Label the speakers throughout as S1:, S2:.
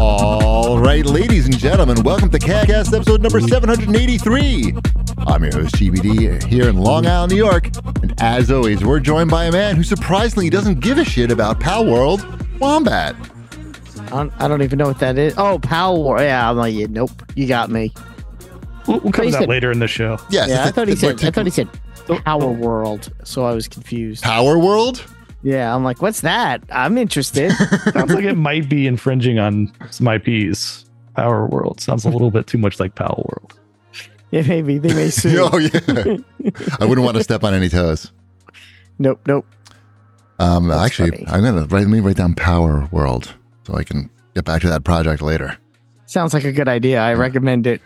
S1: All right, ladies and gentlemen, welcome to CADcast episode number 783. I'm your host, GBD, here in Long Island, New York. And as always, we're joined by a man who surprisingly doesn't give a shit about Pal World, Wombat.
S2: I don't, I don't even know what that is. Oh, Power War. Yeah, I'm like, yeah, nope, you got me.
S3: We'll, we'll cover
S2: Please
S3: that
S2: don't-
S3: later Oh. in the show.
S1: Yes, it's
S2: yeah, I
S1: a-
S2: thought he
S1: it's like
S2: said. I thought he said
S3: Don't-
S2: Power World, so I was confused.
S1: Power World?
S2: Yeah, I'm like, what's that? I'm interested.
S3: Sounds like it might be infringing on my peas. Power World sounds a little bit too much like Power World.
S2: yeah, maybe they may sue.
S1: Oh, yeah. I wouldn't want to step on any toes.
S2: Nope, nope.
S1: Um,
S2: That's
S1: actually,
S2: funny.
S1: I'm going to write, let me write down Power World so I can get back to that project later.
S2: Sounds like a good idea. I recommend it.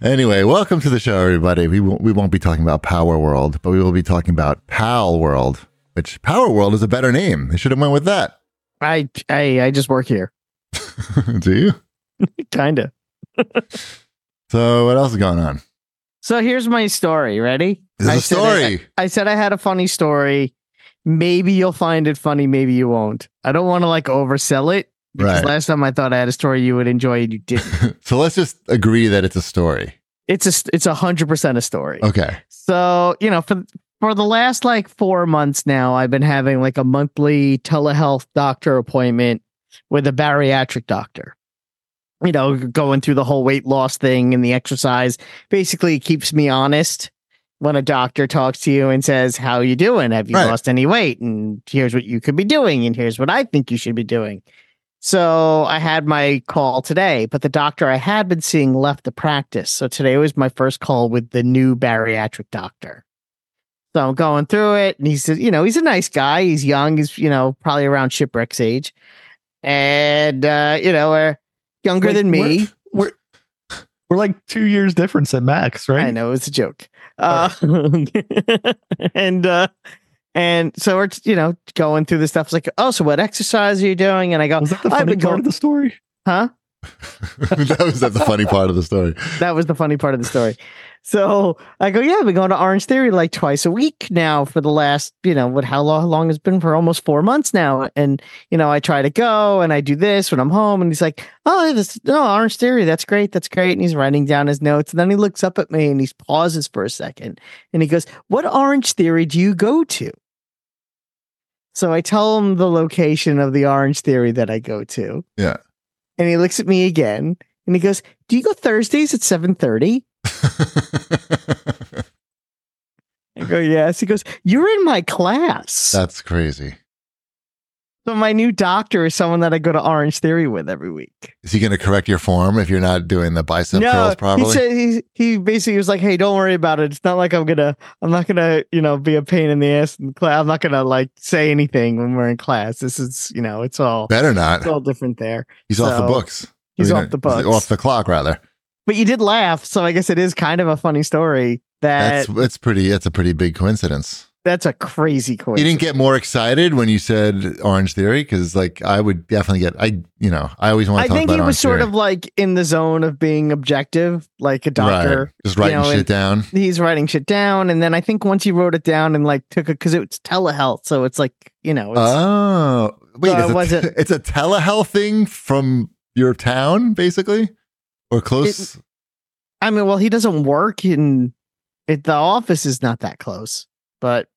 S1: Anyway, welcome to the show, everybody. We won't, we won't be talking about Power World, but we will be talking about Pal World, which Power World is a better name. They should have went with that.
S2: I, I, I just work here,
S1: Do you?
S2: kinda.
S1: So what else is going on?
S2: So here's my story. Ready?
S1: This is
S2: I
S1: a
S2: said I-
S1: story.
S2: I said I had a funny story. Maybe you'll find it funny. Maybe you won't. I don't want to like oversell it. Because
S1: Right.
S2: last time I thought I had a story you would enjoy and you didn't.
S1: So let's just agree that it's a story.
S2: it's a it's a hundred percent a story.
S1: Okay.
S2: So you know for for the last like four months now, I've been having like a monthly telehealth doctor appointment with a bariatric doctor. You know, going through the whole weight loss thing and the exercise basically it keeps me honest when a doctor talks to you and says, "How you doing? Have you
S1: Right.
S2: lost any weight? And here's what you could be doing, and here's what I think you should be doing." So I had my call today, but the doctor I had been seeing left the practice. So today was my first call with the new bariatric doctor. So I'm going through it, and he said, you know, he's a nice guy. He's young. He's you know probably around shipwreck's age, and uh, you know, uh, younger
S3: Wait,
S2: than me.
S3: We're, we're, we're like two years difference at max, right?
S2: I know it's a joke. Uh, and uh, and so we're you know going through the stuff. It's like, oh, so what exercise are you doing? And I go,
S3: Was that the
S2: I've
S3: funny
S2: been
S3: part
S2: going-
S3: of the story?
S2: huh?
S1: that was that's the funny part of the story.
S2: That was the funny part of the story. So I go, yeah, I've been going to Orange Theory like twice a week now for the last, you know, what how long, how long has it been for almost four months now. And, you know, I try to go and I do this when I'm home. And he's like, Oh, this no, Orange Theory, that's great, that's great. And he's writing down his notes. And then he looks up at me and he pauses for a second and he goes, What Orange Theory do you go to? So I tell him the location of the Orange Theory that I go to.
S1: Yeah.
S2: And he looks at me again and he goes, Do you go Thursdays at 7:30? I go, yes. He goes, You're in my class.
S1: that's crazy.
S2: so my new doctor is someone that I go to Orange Theory with every week.
S1: Is he going to correct your form if you're not doing the bicep curls
S2: he
S1: properly?
S2: said he he basically was like, Hey, don't worry about it. It's not like I'm gonna I'm not gonna, you know, be a pain in the ass in class. I'm not gonna like say anything when we're in class. This is you know, it's all
S1: Better not.
S2: it's all different there.
S1: He's off the
S2: so-
S1: books.
S2: He's
S1: I mean,
S2: off the books.
S1: Off the clock, rather.
S2: but you did laugh, so I guess it is kind of a funny story that
S1: That's that's pretty. That's a pretty big coincidence.
S2: that's a crazy
S1: You
S2: coincidence.
S1: didn't get more excited when you said Orange Theory because, like, I would definitely get. I, you know, I always want
S2: I
S1: to talk
S2: think
S1: about
S2: he
S1: Orange
S2: was sort
S1: Theory.
S2: of like in the zone of being objective, like a doctor.
S1: right, just writing
S2: know,
S1: shit
S2: and-
S1: down.
S2: he's writing shit down and then i think once he wrote it down and like took it because it's telehealth so it's like you know it's,
S1: Oh, wait,
S2: So
S1: it's,
S2: it
S1: a,
S2: wasn't-
S1: it's a telehealth thing from your town, basically, or close.
S2: i mean well he doesn't work in it the office is not that close but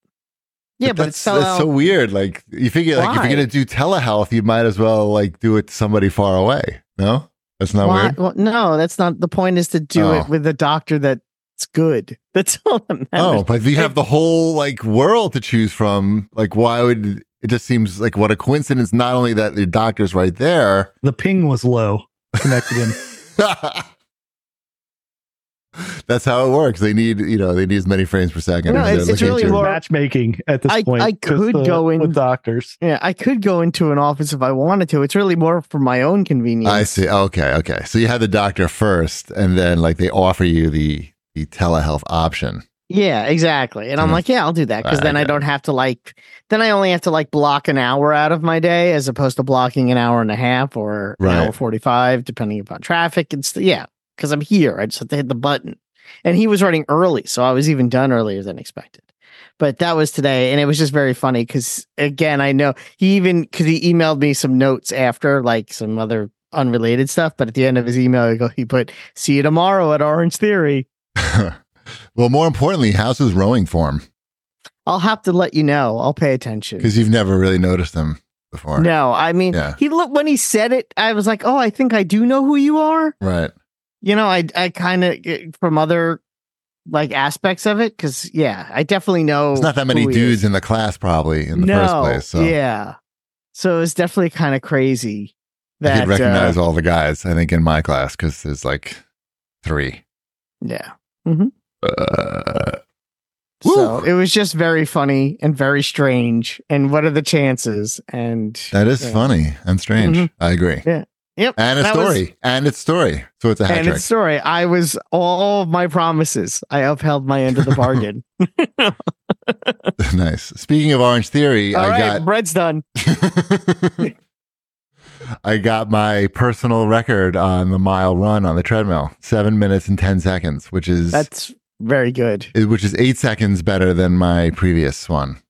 S2: yeah but, it's
S1: that's, that's
S2: telehealth
S1: so weird. Like, you figure, like, if
S2: Why?
S1: you're gonna do telehealth, you might as well like do it to somebody far away. No, that's not
S2: Why-
S1: weird.
S2: well, no that's not the point is to do
S1: Oh.
S2: it with a doctor that's good that's all that matters
S1: Oh, but you have the whole like world to choose from. Like, why would it just seems like what a coincidence? Not only that the doctor's right there.
S3: The ping was low. Connected him.
S1: yeah, That's how it works. They need, you know, they need as many frames per second.
S2: No,
S1: as they're
S2: it's- it's
S1: looking at
S2: really
S1: you.
S2: more-
S3: matchmaking at this
S2: I-
S3: point.
S2: I
S3: 'cause
S2: could
S3: the-
S2: go in-
S3: with doctors.
S2: Yeah, I could go into an office if I wanted to. It's really more for my own convenience.
S1: I see. Okay, okay. So you had the doctor first, and then like they offer you the the telehealth option.
S2: Yeah, exactly. And I'm
S1: Mhm.
S2: like, yeah, I'll do that because
S1: I- I
S2: then I
S1: get it.
S2: don't have to like, then I only have to like block an hour out of my day as opposed to blocking an hour and a half or an hour
S1: Right.
S2: 45, depending upon traffic. And st- yeah, because I'm here. I just have to hit the button. And he was running early. So I was even done earlier than expected. But that was today. And it was just very funny because, again, I know he even, because he emailed me some notes after, like some other unrelated stuff. But at the end of his email, he go- he put, see you tomorrow at Orange Theory.
S1: well, more importantly, how's his rowing form?
S2: I'll have to let you know. I'll pay attention.
S1: Because you've never really noticed him before.
S2: No, I mean,
S1: Yeah.
S2: he looked when he said it. I was like, oh, I think I do know who you are.
S1: Right.
S2: You know, I I kind of from other like aspects of it because yeah, I definitely know.
S1: There's not that many
S2: who he
S1: dudes
S2: is.
S1: in the class probably in the
S2: no,
S1: first place. So
S2: yeah, so it's definitely kind of crazy
S1: I
S2: that
S1: could recognize
S2: uh,
S1: all the guys, I think, in my class because there's like three.
S2: yeah.
S1: Uh, Woo.
S2: So it was just very funny and very strange. And what are the chances? And
S1: that is
S2: Yeah.
S1: funny and strange.
S2: Mhm.
S1: I agree.
S2: yep,
S1: And a
S2: that was-
S1: story. and it's story. So it's a hat
S2: and
S1: trick.
S2: its story. I was all of my promises. I upheld my end of the bargain.
S1: nice. Speaking of Orange Theory,
S2: all
S1: I
S2: right,
S1: got
S2: bread's done.
S1: I got my personal record on the mile run on the treadmill, seven minutes and ten seconds, which is
S2: That's very good.
S1: it- which is eight seconds better than my previous one.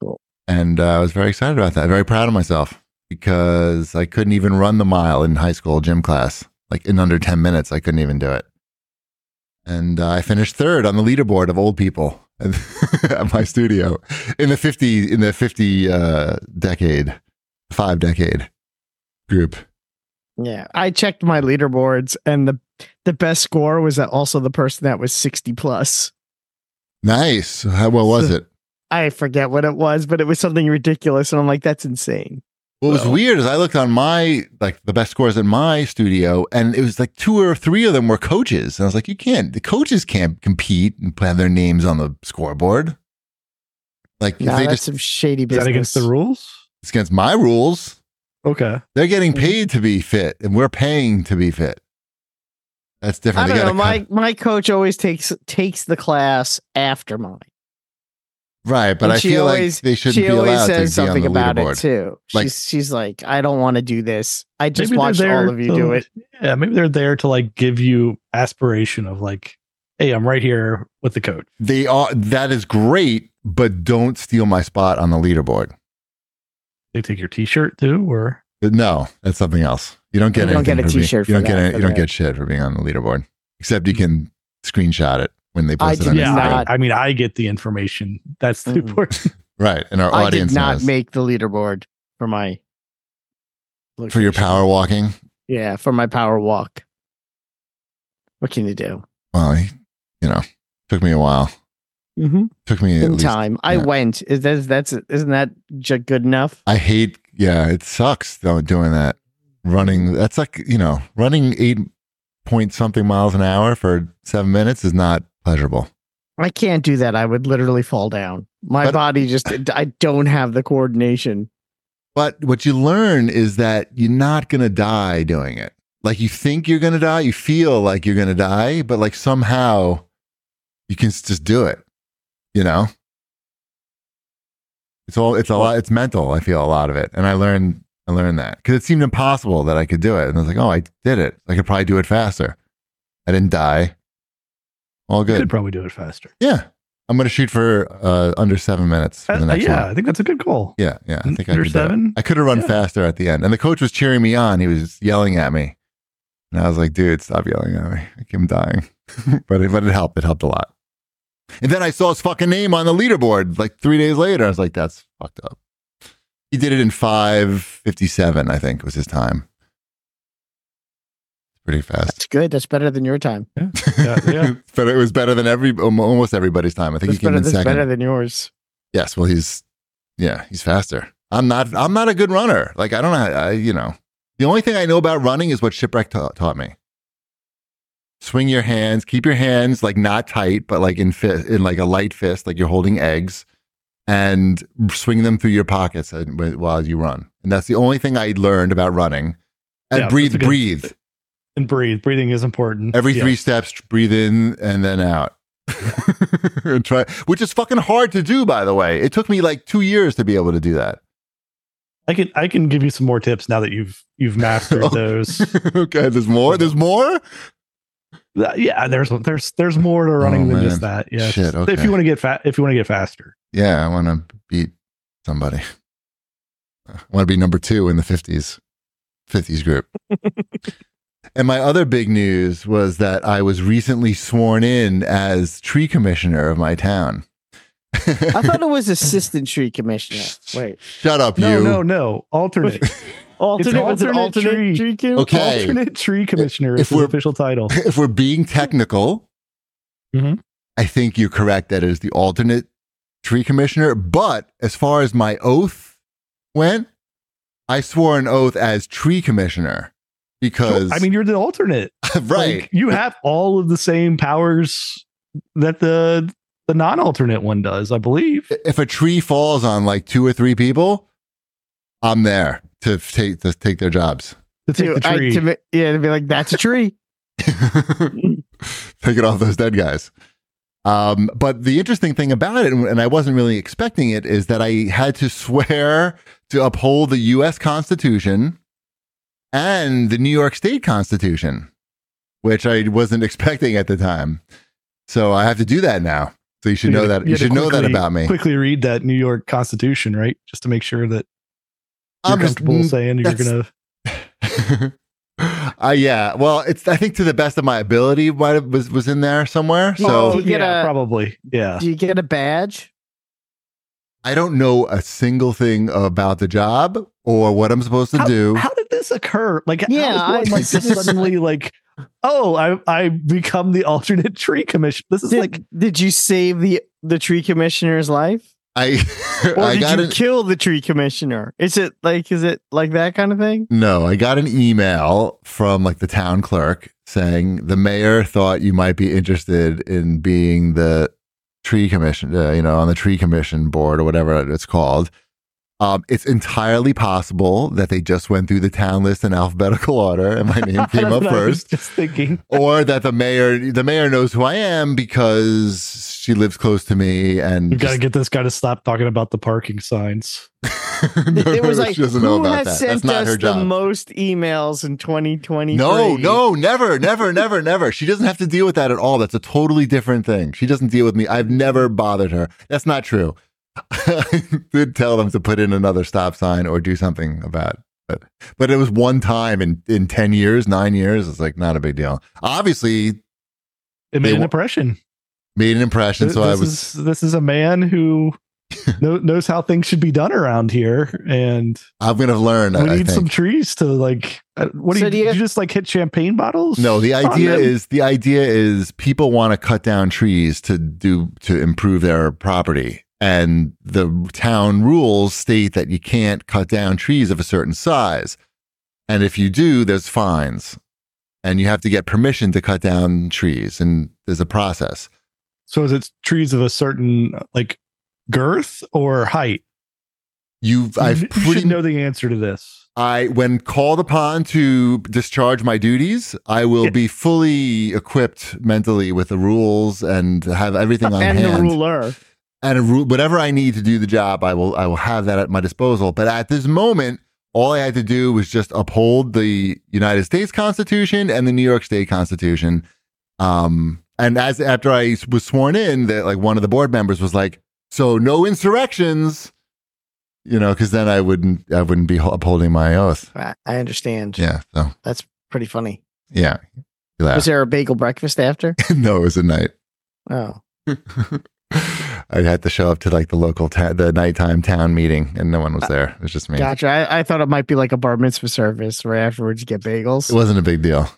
S2: Cool.
S1: And uh, I was very excited about that. Very proud of myself because I couldn't even run the mile in high school gym class. Like in under ten minutes, I couldn't even do it. And uh, I finished third on the leaderboard of old people at at my studio in the fifty in the fifty uh, decade, five decade group.
S2: Yeah, I checked my leaderboards, and the the best score was that also the person that was sixty plus.
S1: Nice. How well was
S2: So-
S1: it?
S2: I forget what it was, but it was something ridiculous, and I'm like, that's insane.
S1: What was
S3: Well-
S1: weird is I looked on my like the best scores in my studio, and it was like two or three of them were coaches, and I was like, you can't. The coaches can't compete and have their names on the scoreboard. Like
S2: Nah,
S1: if they
S2: that's
S1: just
S2: some shady
S3: Is
S2: business.
S3: that against the rules?
S1: it's against my rules.
S3: Okay.
S1: They're getting
S2: Mm-hmm.
S1: paid to be fit, and we're paying to be fit. That's
S2: I
S1: different. They
S2: don't know.
S1: gotta
S2: My
S1: come-
S2: my coach always takes takes the class after mine.
S1: right, but
S2: and
S1: I
S2: she
S1: feel
S2: always-
S1: like they shouldn't
S2: She
S1: be allowed
S2: always
S1: to be
S2: says something
S1: on the
S2: about
S1: leaderboard.
S2: it too.
S1: Like-
S2: she's she's like, I don't want to do this. I just
S3: Maybe they're
S2: watched
S3: there
S2: all of you
S3: to-
S2: do it.
S3: Yeah, maybe they're there to like give you aspiration of like, hey, I'm right here with the coach.
S1: They are. That is great, but don't steal my spot on the leaderboard.
S3: They take your T-shirt too, or
S1: But No, that's something else. You don't get
S2: You don't
S1: anything
S2: get a
S1: for being-
S2: t-shirt
S1: you
S2: for
S1: don't get
S2: that,
S1: any- you don't
S2: okay.
S1: get shit for being on the leaderboard, except you can screenshot it when they
S2: I
S1: post it.
S2: did
S1: on
S2: Yeah,
S1: Instagram.
S2: not-
S3: I, I mean, I get the information. That's the
S1: Mm.
S2: Mm-mm.
S3: important.
S1: right. And our
S2: I
S1: audience
S2: did not
S1: knows.
S2: make the leaderboard for my
S1: for your
S2: location.
S1: power walking.
S2: Yeah, for my power walk. What can you do?
S1: Well, I- you know, took me a while.
S2: Mm-hmm.
S1: Took me at
S2: In
S1: least.
S2: time, I
S1: yeah.
S2: went. Is that, that's isn't that j- good enough?
S1: I hate. Yeah, it sucks though doing that. Running. That's like you know, running eight point something miles an hour for seven minutes is not pleasurable.
S2: I can't do that. I would literally fall down. My
S1: But-
S2: body just. I don't have the coordination.
S1: But what you learn is that you're not going to die doing it. Like you think you're going to die, you feel like you're going to die, but like somehow you can s- just do it. You know? It's all it's a lot it's mental, I feel a lot of it. And I learned I learned that cuz it seemed impossible that I could do it. And I was like, "Oh, I did it. I could probably do it faster. I didn't die." All
S3: You could
S1: good.
S3: probably do it faster.
S1: Yeah. I'm going to shoot for uh, under 7 minutes for the
S3: Uh,
S1: next one.
S3: yeah, I think that's a good goal.
S1: Yeah, yeah. I think I
S3: Under
S1: could do it.
S3: seven?
S1: I could have run
S3: Yeah.
S1: faster at the end, and the coach was cheering me on. He was yelling at me, and I was like, "Dude, stop yelling at me! Like, I'm dying." but it, but it helped. It helped a lot. And then I saw his fucking name on the leaderboard like three days later. I was like, "That's fucked up." He did it in five fifty-seven. I think was his time. Pretty fast.
S2: That's good. That's better than your time.
S3: Yeah, yeah.
S1: but it was better than every almost everybody's time. I think
S2: That's
S1: he came
S2: better,
S1: in
S2: that's
S1: second.
S2: better than yours.
S1: Yes, well, he's yeah, he's faster. I'm not. I'm not a good runner. Like I don't know. I, you know, the only thing I know about running is what shipwreck ta- taught me. swing your hands, keep your hands like not tight, but like in fist, in like a light fist, like you're holding eggs, and swing them through your pockets and- wh- while you run. And that's the only thing I learned about running. And
S3: Yeah, that's
S1: breathe,
S3: a good-
S1: breathe.
S3: And breathe. Breathing is important.
S1: Every
S3: Yeah.
S1: three steps, breathe in and then out. And try, which is fucking hard to do, by the way. It took me like two years to be able to do that.
S3: I can I can give you some more tips now that you've you've mastered
S1: Oh.
S3: those.
S1: okay, there's more. There's more.
S3: Uh, yeah, there's there's there's more to running
S1: Oh,
S3: than
S1: man.
S3: just that. Yeah.
S1: Shit,
S3: If
S1: okay.
S3: you want to get fat, if you want to get faster,
S1: Yeah, I want to beat somebody. I want to be number two in the 50s, 50s group. and my other big news was that I was recently sworn in as tree commissioner of my town.
S2: I thought it was assistant tree commissioner. Wait,
S1: Shut up,
S3: no,
S1: you.
S3: no, no, alternate,
S2: alternate was an
S3: alternate
S2: alternate tree,
S3: tree.
S2: com-
S1: Okay.
S3: alternate tree commissioner
S1: If
S3: is the
S1: we're-
S3: official title.
S1: if we're being technical,
S3: Mhm.
S1: I think you're correct that it is the alternate tree commissioner. But as far as my oath went, I swore an oath as tree commissioner because
S3: I mean, you're the alternate,
S1: right,
S3: Like, you have all of the same powers that the the non-alternate one does, I believe.
S1: if a tree falls on like two or three people, I'm there to take to take their jobs.
S3: To take the
S2: I-
S3: tree.
S2: to me- yeah, to be like that's a tree.
S1: Take it off those dead guys. Um, but the interesting thing about it, and I wasn't really expecting it, is that I had to swear to uphold the U.S. Constitution and the New York State Constitution, which I wasn't expecting at the time. So I have to do that now. So you should
S3: You
S1: know that.
S3: gotta- you
S1: You
S3: had to
S1: should know that
S3: quickly-
S1: about me.
S3: Quickly read that New York Constitution, right? Just to make sure that you're
S1: I'm just
S3: comfortable saying you're
S1: that's-
S3: gonna.
S1: uh, yeah. Well, it's. I think to the best of my ability, might have, was was in there somewhere. So
S2: Oh, you get
S3: yeah,
S2: a-
S3: probably. Yeah.
S2: Do you get a badge?
S1: I don't know a single thing about the job or what I'm supposed to
S3: how,
S1: do.
S3: How did this occur? Like,
S2: Yeah,
S3: yeah,
S2: I-
S3: one, like
S2: this is-
S3: just suddenly like, oh, I I become the alternate tree commission. This is
S2: Did,
S3: like
S2: did you save the the tree commissioner's life,
S1: I
S2: or
S1: I
S2: did
S1: got
S2: you
S1: an,
S2: kill the tree commissioner? Is it like is it like that kind of thing?
S1: no. I got an email from like the town clerk saying the mayor thought you might be interested in being the tree commission, uh, you know, on the tree commission board or whatever it's called. Um, it's entirely possible that they just went through the town list in alphabetical order, and my name
S3: That's
S1: came up
S3: what I was
S1: first.
S3: Just thinking.
S1: or that the mayor the mayor knows who I am because she lives close to me and
S3: We've got to get this guy to stop talking about the parking signs.
S1: no,
S2: it was like
S1: she doesn't
S2: who
S1: know about
S2: has
S1: that.
S2: sent
S1: That's not
S2: us
S1: her
S2: the
S1: job.
S2: most emails in 2023?
S1: no, no, never, never, never, never. She doesn't have to deal with that at all. That's a totally different thing. She doesn't deal with me. I've never bothered her. That's not true. I did tell them to put in another stop sign or do something about it. But, but it was one time in, in 10 years, nine years. It's like not a big deal. Obviously,
S3: It
S1: They
S3: made an
S1: wa-
S3: impression.
S1: made an impression.
S3: Th-
S1: so I
S3: this
S1: was.
S3: is, this is a man who kno- knows how things should be done around here, and
S1: I'm going to learn.
S3: we
S1: I
S3: need
S1: think.
S3: some trees to like. uh, What do
S2: So
S3: you,
S2: do you-
S3: did you just like hit champagne bottles?
S1: No, the
S3: on
S1: idea
S3: them?
S1: is the idea is people want to cut down trees to do to improve their property, and the town rules state that you can't cut down trees of a certain size, and if you do, there's fines, and you have to get permission to cut down trees, and there's a process.
S3: So is it trees of a certain like girth or height?
S1: You've I've
S3: you should
S1: pretty
S3: know the answer to this.
S1: I when called upon to discharge my duties, I will
S3: Yeah.
S1: be fully equipped mentally with the rules and have everything on
S2: and
S1: hand.
S2: the ruler.
S1: and a ru- whatever I need to do the job, I will I will have that at my disposal. But at this moment, all I had to do was just uphold the United States Constitution and the New York State Constitution. Um, and as after I s- was sworn in, that like one of the board members was like, "So no insurrections," you know, because then I wouldn't I wouldn't be ho- upholding my oath.
S2: I I understand.
S1: Yeah. So
S2: That's pretty funny.
S1: yeah, He
S2: Was
S1: laughed.
S2: there a bagel breakfast after?
S1: no, it was a night.
S2: Oh,
S1: I had to show up to like the local ta- the nighttime town meeting, and no one
S3: Uh,
S1: was there. It was just me.
S2: gotcha. I, I thought it might be like a bar mitzvah service right afterwards you get
S1: It
S2: bagels.
S1: wasn't a big deal.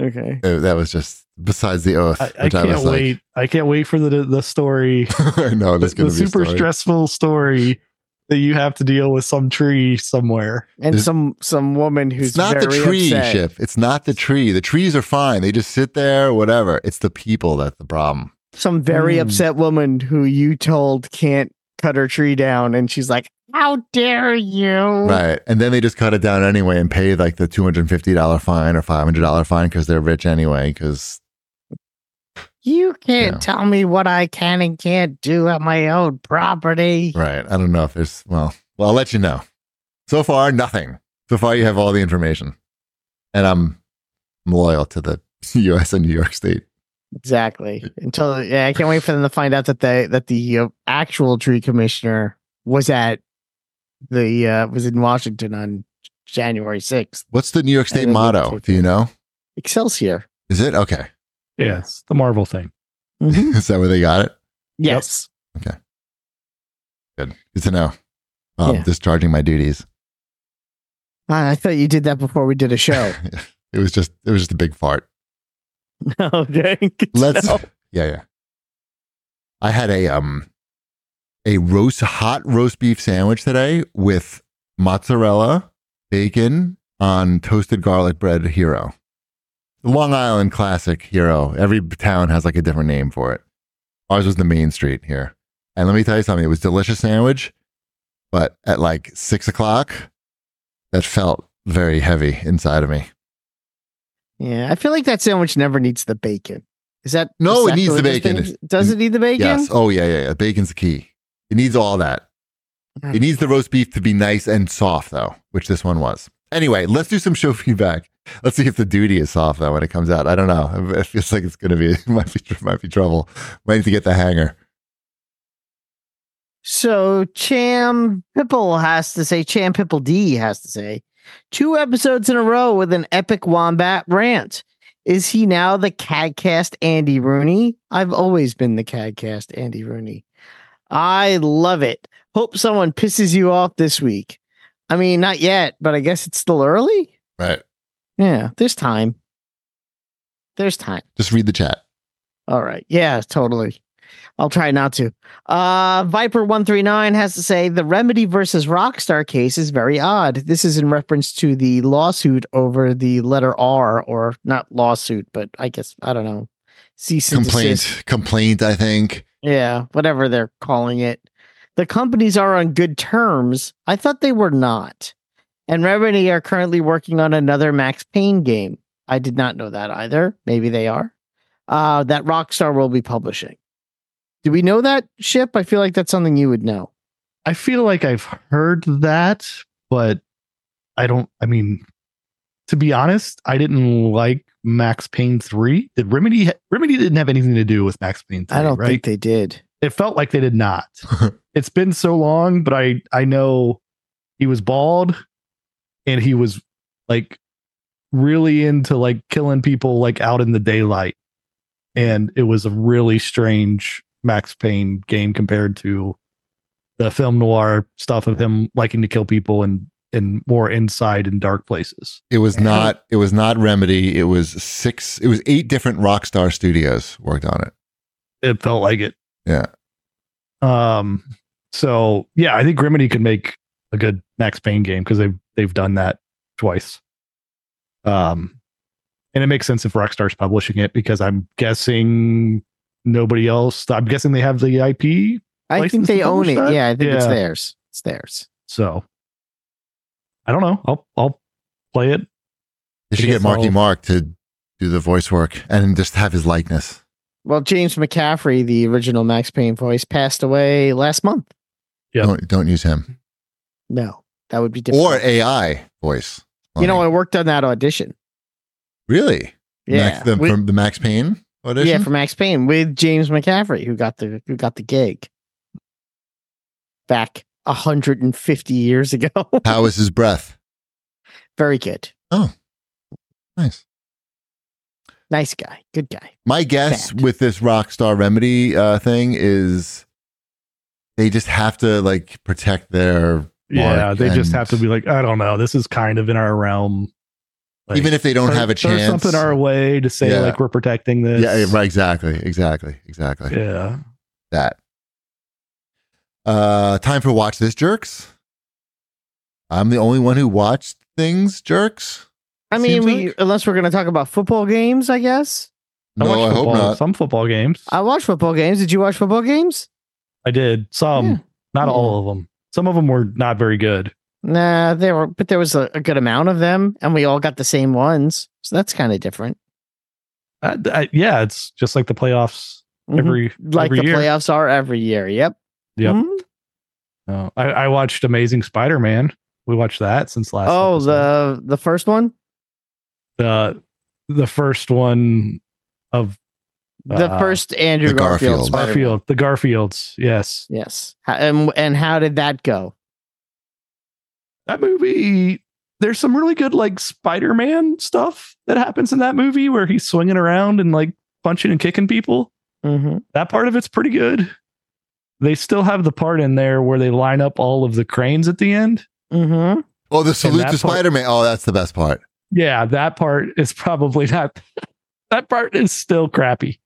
S2: Okay.
S1: It- that was just besides the oath,
S3: I, I
S1: which I,
S3: can't
S1: was
S3: wait. I can't wait for the the story.
S1: like, I know
S3: The,
S1: this is going
S3: the
S1: to be a
S3: super
S1: story.
S3: stressful story that you have to deal with some tree somewhere.
S2: and
S1: This-
S2: some some woman who's
S1: it's not the
S2: very
S1: tree,
S2: upset.
S1: Chip. It's not the tree. The trees are fine. They just sit there, whatever. It's the people that's the problem.
S2: Some very
S1: Hmm.
S3: Mm.
S2: upset woman who you told can't cut her tree down, and she's like, "How dare
S3: Mm.
S2: you?"
S1: Right. And then they just cut it down anyway and pay like the $250 fine or $500 fine because they're rich anyway. Because
S2: You can't
S1: Yeah.
S2: tell me what I can and can't do at my own property.
S1: Right. I don't know if there's, well, well, I'll let you know. So far, nothing. So far, you have all the information. And I'm, I'm loyal to the US and New York State.
S2: Exactly. Until yeah, I can't wait for them to find out that the that the uh, actual tree commissioner was at the uh was in Washington on January sixth.
S1: What's the New York State
S2: don't know
S1: motto?
S2: what
S1: Do
S2: to
S1: you
S2: do.
S1: know?
S2: Excelsior.
S1: Is it? Okay.
S3: Yeah, it's the Marvel thing.
S1: Is that where they got it?
S2: Yes.
S1: Good. Good to know. Um,
S2: Yeah.
S1: Discharging my duties.
S2: Ah, I thought you did that before we did a show.
S1: It was just, it was just a big fart.
S2: okay. Good to
S1: Let's,
S2: know.
S1: yeah, yeah. I had a, um, a roast, hot roast beef sandwich today with mozzarella, bacon on toasted garlic bread hero. Long Island classic hero. Every town has like a different name for it. Ours was the main street here. And let me tell you something, it was delicious sandwich, but at like six o'clock, that felt very heavy inside of me.
S2: Yeah. I feel like that sandwich never needs the bacon. Is that
S1: No, it
S2: is that
S1: needs the
S2: religious
S1: bacon.
S2: thing? Does it need the bacon?
S1: Yes. Oh yeah, yeah, yeah. Bacon's the key. It needs all that. It needs the roast beef to be nice and soft though, which this one was. Anyway, let's do some show feedback. Let's see if the duty is soft though when it comes out. I don't know. It feels like it's gonna be it might be might be trouble. Might need to get the hanger.
S2: So Cham Pipple has to say, Cham Pipple D has to say, two episodes in a row with an epic wombat rant. Is he now the Cadcast Andy Rooney? I've always been the Cadcast Andy Rooney. I love it. Hope someone pisses you off this week. I mean, not yet, but I guess it's still early.
S1: Right.
S2: Yeah, there's time. There's time.
S1: Just read the chat.
S2: All right. Yeah, totally. I'll try not to. Uh, Viper139 has to say the Remedy versus Rockstar case is very odd. This is in reference to the lawsuit over the letter R, or not lawsuit, but I guess, I don't know. Cease and desist.
S1: Complaint. Complaint, I think.
S2: Yeah, whatever they're calling it. The companies are on good terms. I thought they were not. And Remedy are currently working on another Max Payne game. I did not know that either. Maybe they are. Uh, that Rockstar will be publishing. Do we know that ship? I feel like that's something you would know.
S3: I feel like I've heard that, but I don't. I mean, to be honest, I didn't like Max Payne three. Did Remedy ha- Remedy didn't have anything to do with Max Payne three?
S2: I don't
S3: right?
S2: think they did.
S3: it felt like they did not. it's been so long, but I I know he was bald and he was like really into like killing people like out in the daylight. And it was a really strange Max Payne game compared to the film noir stuff of him liking to kill people and and more inside and dark places.
S1: It was not it was not remedy. It was six it was eight different Rockstar studios worked on it.
S3: It felt like it.
S1: Yeah.
S3: Um so yeah, I think Remedy could make a good Max Payne game because they've they've done that twice. Um and it makes sense if Rockstar's publishing it because I'm guessing nobody else I'm guessing they have the IP.
S2: I think
S3: License
S2: they
S3: to
S2: own
S3: publish
S2: it.
S3: that?
S2: Yeah, I think it's
S3: Yeah.
S2: theirs. It's theirs.
S3: So I don't know. I'll I'll play it.
S1: They
S3: I
S1: should get
S3: guess
S1: Marky
S3: I'll-
S1: Mark to do the voice work and just have his likeness.
S2: Well, James McCaffrey, the original Max Payne voice, passed away last month.
S3: Yep.
S1: Don't don't use him.
S2: No, that would be different.
S1: Or AI voice.
S2: you know,
S1: Like,
S2: I worked on that audition.
S1: Really?
S2: Yeah,
S1: Max, the,
S2: with-
S1: from the Max Payne audition?
S2: yeah, for Max Payne with James McCaffrey, who got the who got the gig back 150 years ago.
S1: How is his breath?
S2: Very good,
S1: Nice.
S2: nice guy, good guy.
S1: My guess
S2: Fact.
S1: with this Rockstar Remedy uh, thing is they just have to like protect their
S3: yeah,
S1: Mark
S3: they just
S1: and-
S3: have to be like, I don't know, this is kind of in our realm. Like,
S1: even if they don't
S3: throw-
S1: have a
S3: throw
S1: chance.
S3: something our way to say
S1: Yeah.
S3: like we're protecting this.
S1: yeah, right, exactly, exactly, exactly.
S3: Yeah.
S1: That. Uh, time for watch this jerks. I'm the only one who watched things jerks.
S2: I
S1: Seems
S2: mean, we,
S1: like-
S2: unless we're going to talk about football games, I guess.
S1: No, I,
S3: watched
S1: hope
S3: football-
S1: not.
S3: Some football games. I,
S2: I watch football games. Did you watch football games?
S3: did some,
S2: Yeah.
S3: not
S2: Yeah.
S3: all of them. Some of them were not very good.
S2: Nah, there were, but there was a, a good amount of them, and we all got the same ones. So that's kind of different.
S3: I, I- yeah, it's just like the playoffs
S2: Mhm.
S3: every
S2: like
S3: every
S2: the
S3: year.
S2: playoffs are every year. Yep.
S3: Yep.
S2: Mhm.
S3: No, I, I watched Amazing Spider Man. We watched that since last.
S2: Oh,
S3: episode.
S2: the the first one,
S3: the the first one of
S2: the
S3: Uh,
S2: first Andrew
S1: the
S2: Garfield,
S1: Garfield.
S2: Spider-Man.
S3: Garfield, the Garfields. Yes,
S2: Yes. How, and and how did that go?
S3: that movie. There's some really good like Spider Man stuff that happens in that movie where he's swinging around and like punching and kicking people.
S2: Mm-hmm.
S3: That part of it's pretty good. They still have the part in there where they line up all of the cranes at the end.
S2: Mm-hmm.
S1: Oh, the salute
S3: that
S1: to
S3: part-
S1: Spider Man. Oh, that's the best part.
S3: Yeah, that part is probably not. that part is still crappy.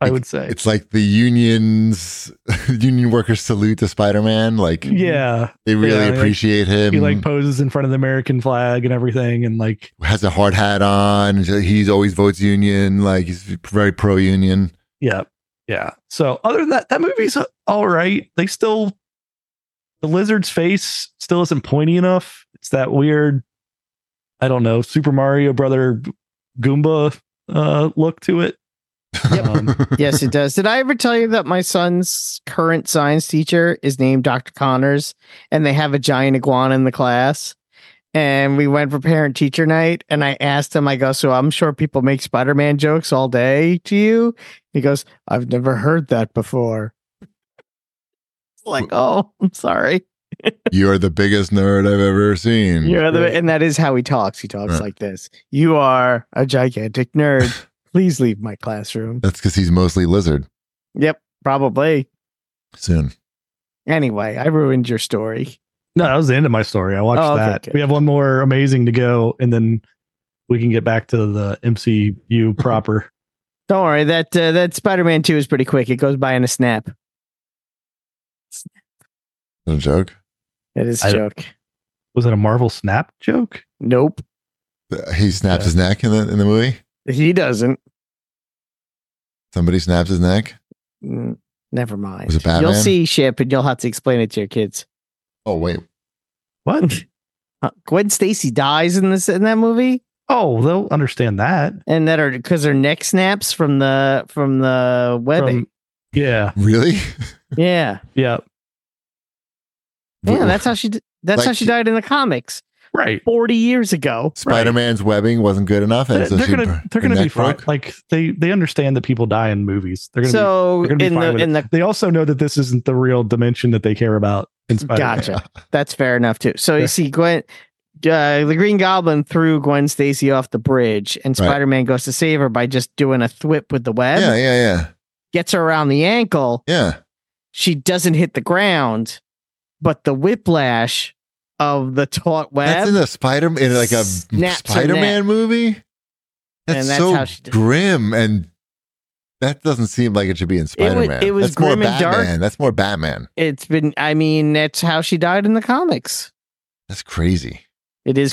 S3: I would say.
S1: It's like the unions, union workers salute to Spider Man. Like,
S3: yeah,
S1: they really
S3: Yeah, like,
S1: appreciate him.
S3: he like poses in front of the American flag and everything, and like
S1: has a hard hat on. He's always votes union. Like he's very pro union.
S3: yeah, yeah. So other than that, that movie's all right. They still the lizard's face still isn't pointy enough. It's that weird, I don't know, Super Mario Brother Goomba uh, look to it.
S2: Yep.
S3: Um,
S2: yes, it does. Did I ever tell you that my son's current science teacher is named Dr. Connors and they have a giant iguana in the class? And we went for parent teacher night and I asked him, I go, So I'm sure people make Spider Man jokes all day to you. He goes, I've never heard that before. It's like, oh, I'm sorry.
S1: you are the biggest nerd I've ever seen.
S2: You're the, and that is how he talks. He talks
S1: Mm, Right.
S2: like this. You are a gigantic nerd. Please leave my classroom.
S1: That's because he's mostly lizard.
S2: Yep, probably.
S1: Soon.
S2: Anyway, I ruined your story.
S3: no, that was the end of my story. I watched
S2: Oh, okay,
S3: that.
S2: okay.
S3: We have one more amazing to go, and then we can get back to the MCU proper.
S2: Don't worry that uh, that Spider Man Two is pretty quick. It goes by in a snap.
S1: No joke.
S2: It is a
S3: I-
S2: joke.
S3: Was it a Marvel Snap joke?
S2: Nope,
S1: Uh, He snaps his neck in the in the movie.
S2: he doesn't.
S1: Somebody snaps his neck.
S2: Mm, Never mind.
S1: Was it
S2: You'll
S1: Batman?
S2: see ship, and you'll have to explain it to your kids.
S1: Oh wait.
S3: What?
S2: Uh, Gwen Stacy dies in this in that movie,
S3: Oh, they'll understand that.
S2: and that are because her neck snaps from the from the webbing.
S3: From- yeah,
S1: Really?
S2: yeah,
S3: yeah,
S2: yeah. That's how she. d- That's
S1: Like
S2: how she
S1: she-
S2: died in the comics
S3: right.
S2: forty years ago.
S1: Spider Man's webbing wasn't good enough, and
S3: They're,
S1: so
S3: they're
S1: she,
S3: gonna
S1: her
S3: they're gonna be
S1: neck
S3: fine.
S1: broke.
S3: Like they they understand that people die in movies. They're gonna
S2: So
S3: be they're gonna be
S2: in
S3: fine
S2: the
S3: with
S2: in the
S3: be. They also know that this isn't the real dimension that they care about. In Spider-Man.
S2: Gotcha. That's fair enough too. So
S3: Yeah.
S2: you see, Gwen, uh, the Green Goblin threw Gwen Stacy off the bridge, and
S1: Right.
S2: Spider Man goes to save her by just doing a thwip with the web.
S1: Yeah, yeah, yeah,
S2: Gets her around the ankle.
S1: yeah.
S2: She doesn't hit the ground, but the whiplash of the taut
S1: That's in
S2: web.
S1: a Spider in like a
S2: Snaps her neck.
S1: Spider Man movie. That's,
S2: And that's
S1: so
S2: how she did-
S1: grim and that doesn't seem like it should be in
S2: wa-
S1: Spider Man.
S2: it was
S1: that's more
S2: grim and dark.
S1: Batman. That's more Batman.
S2: It's been. I mean, that's how she died in the comics.
S1: That's crazy.
S2: It is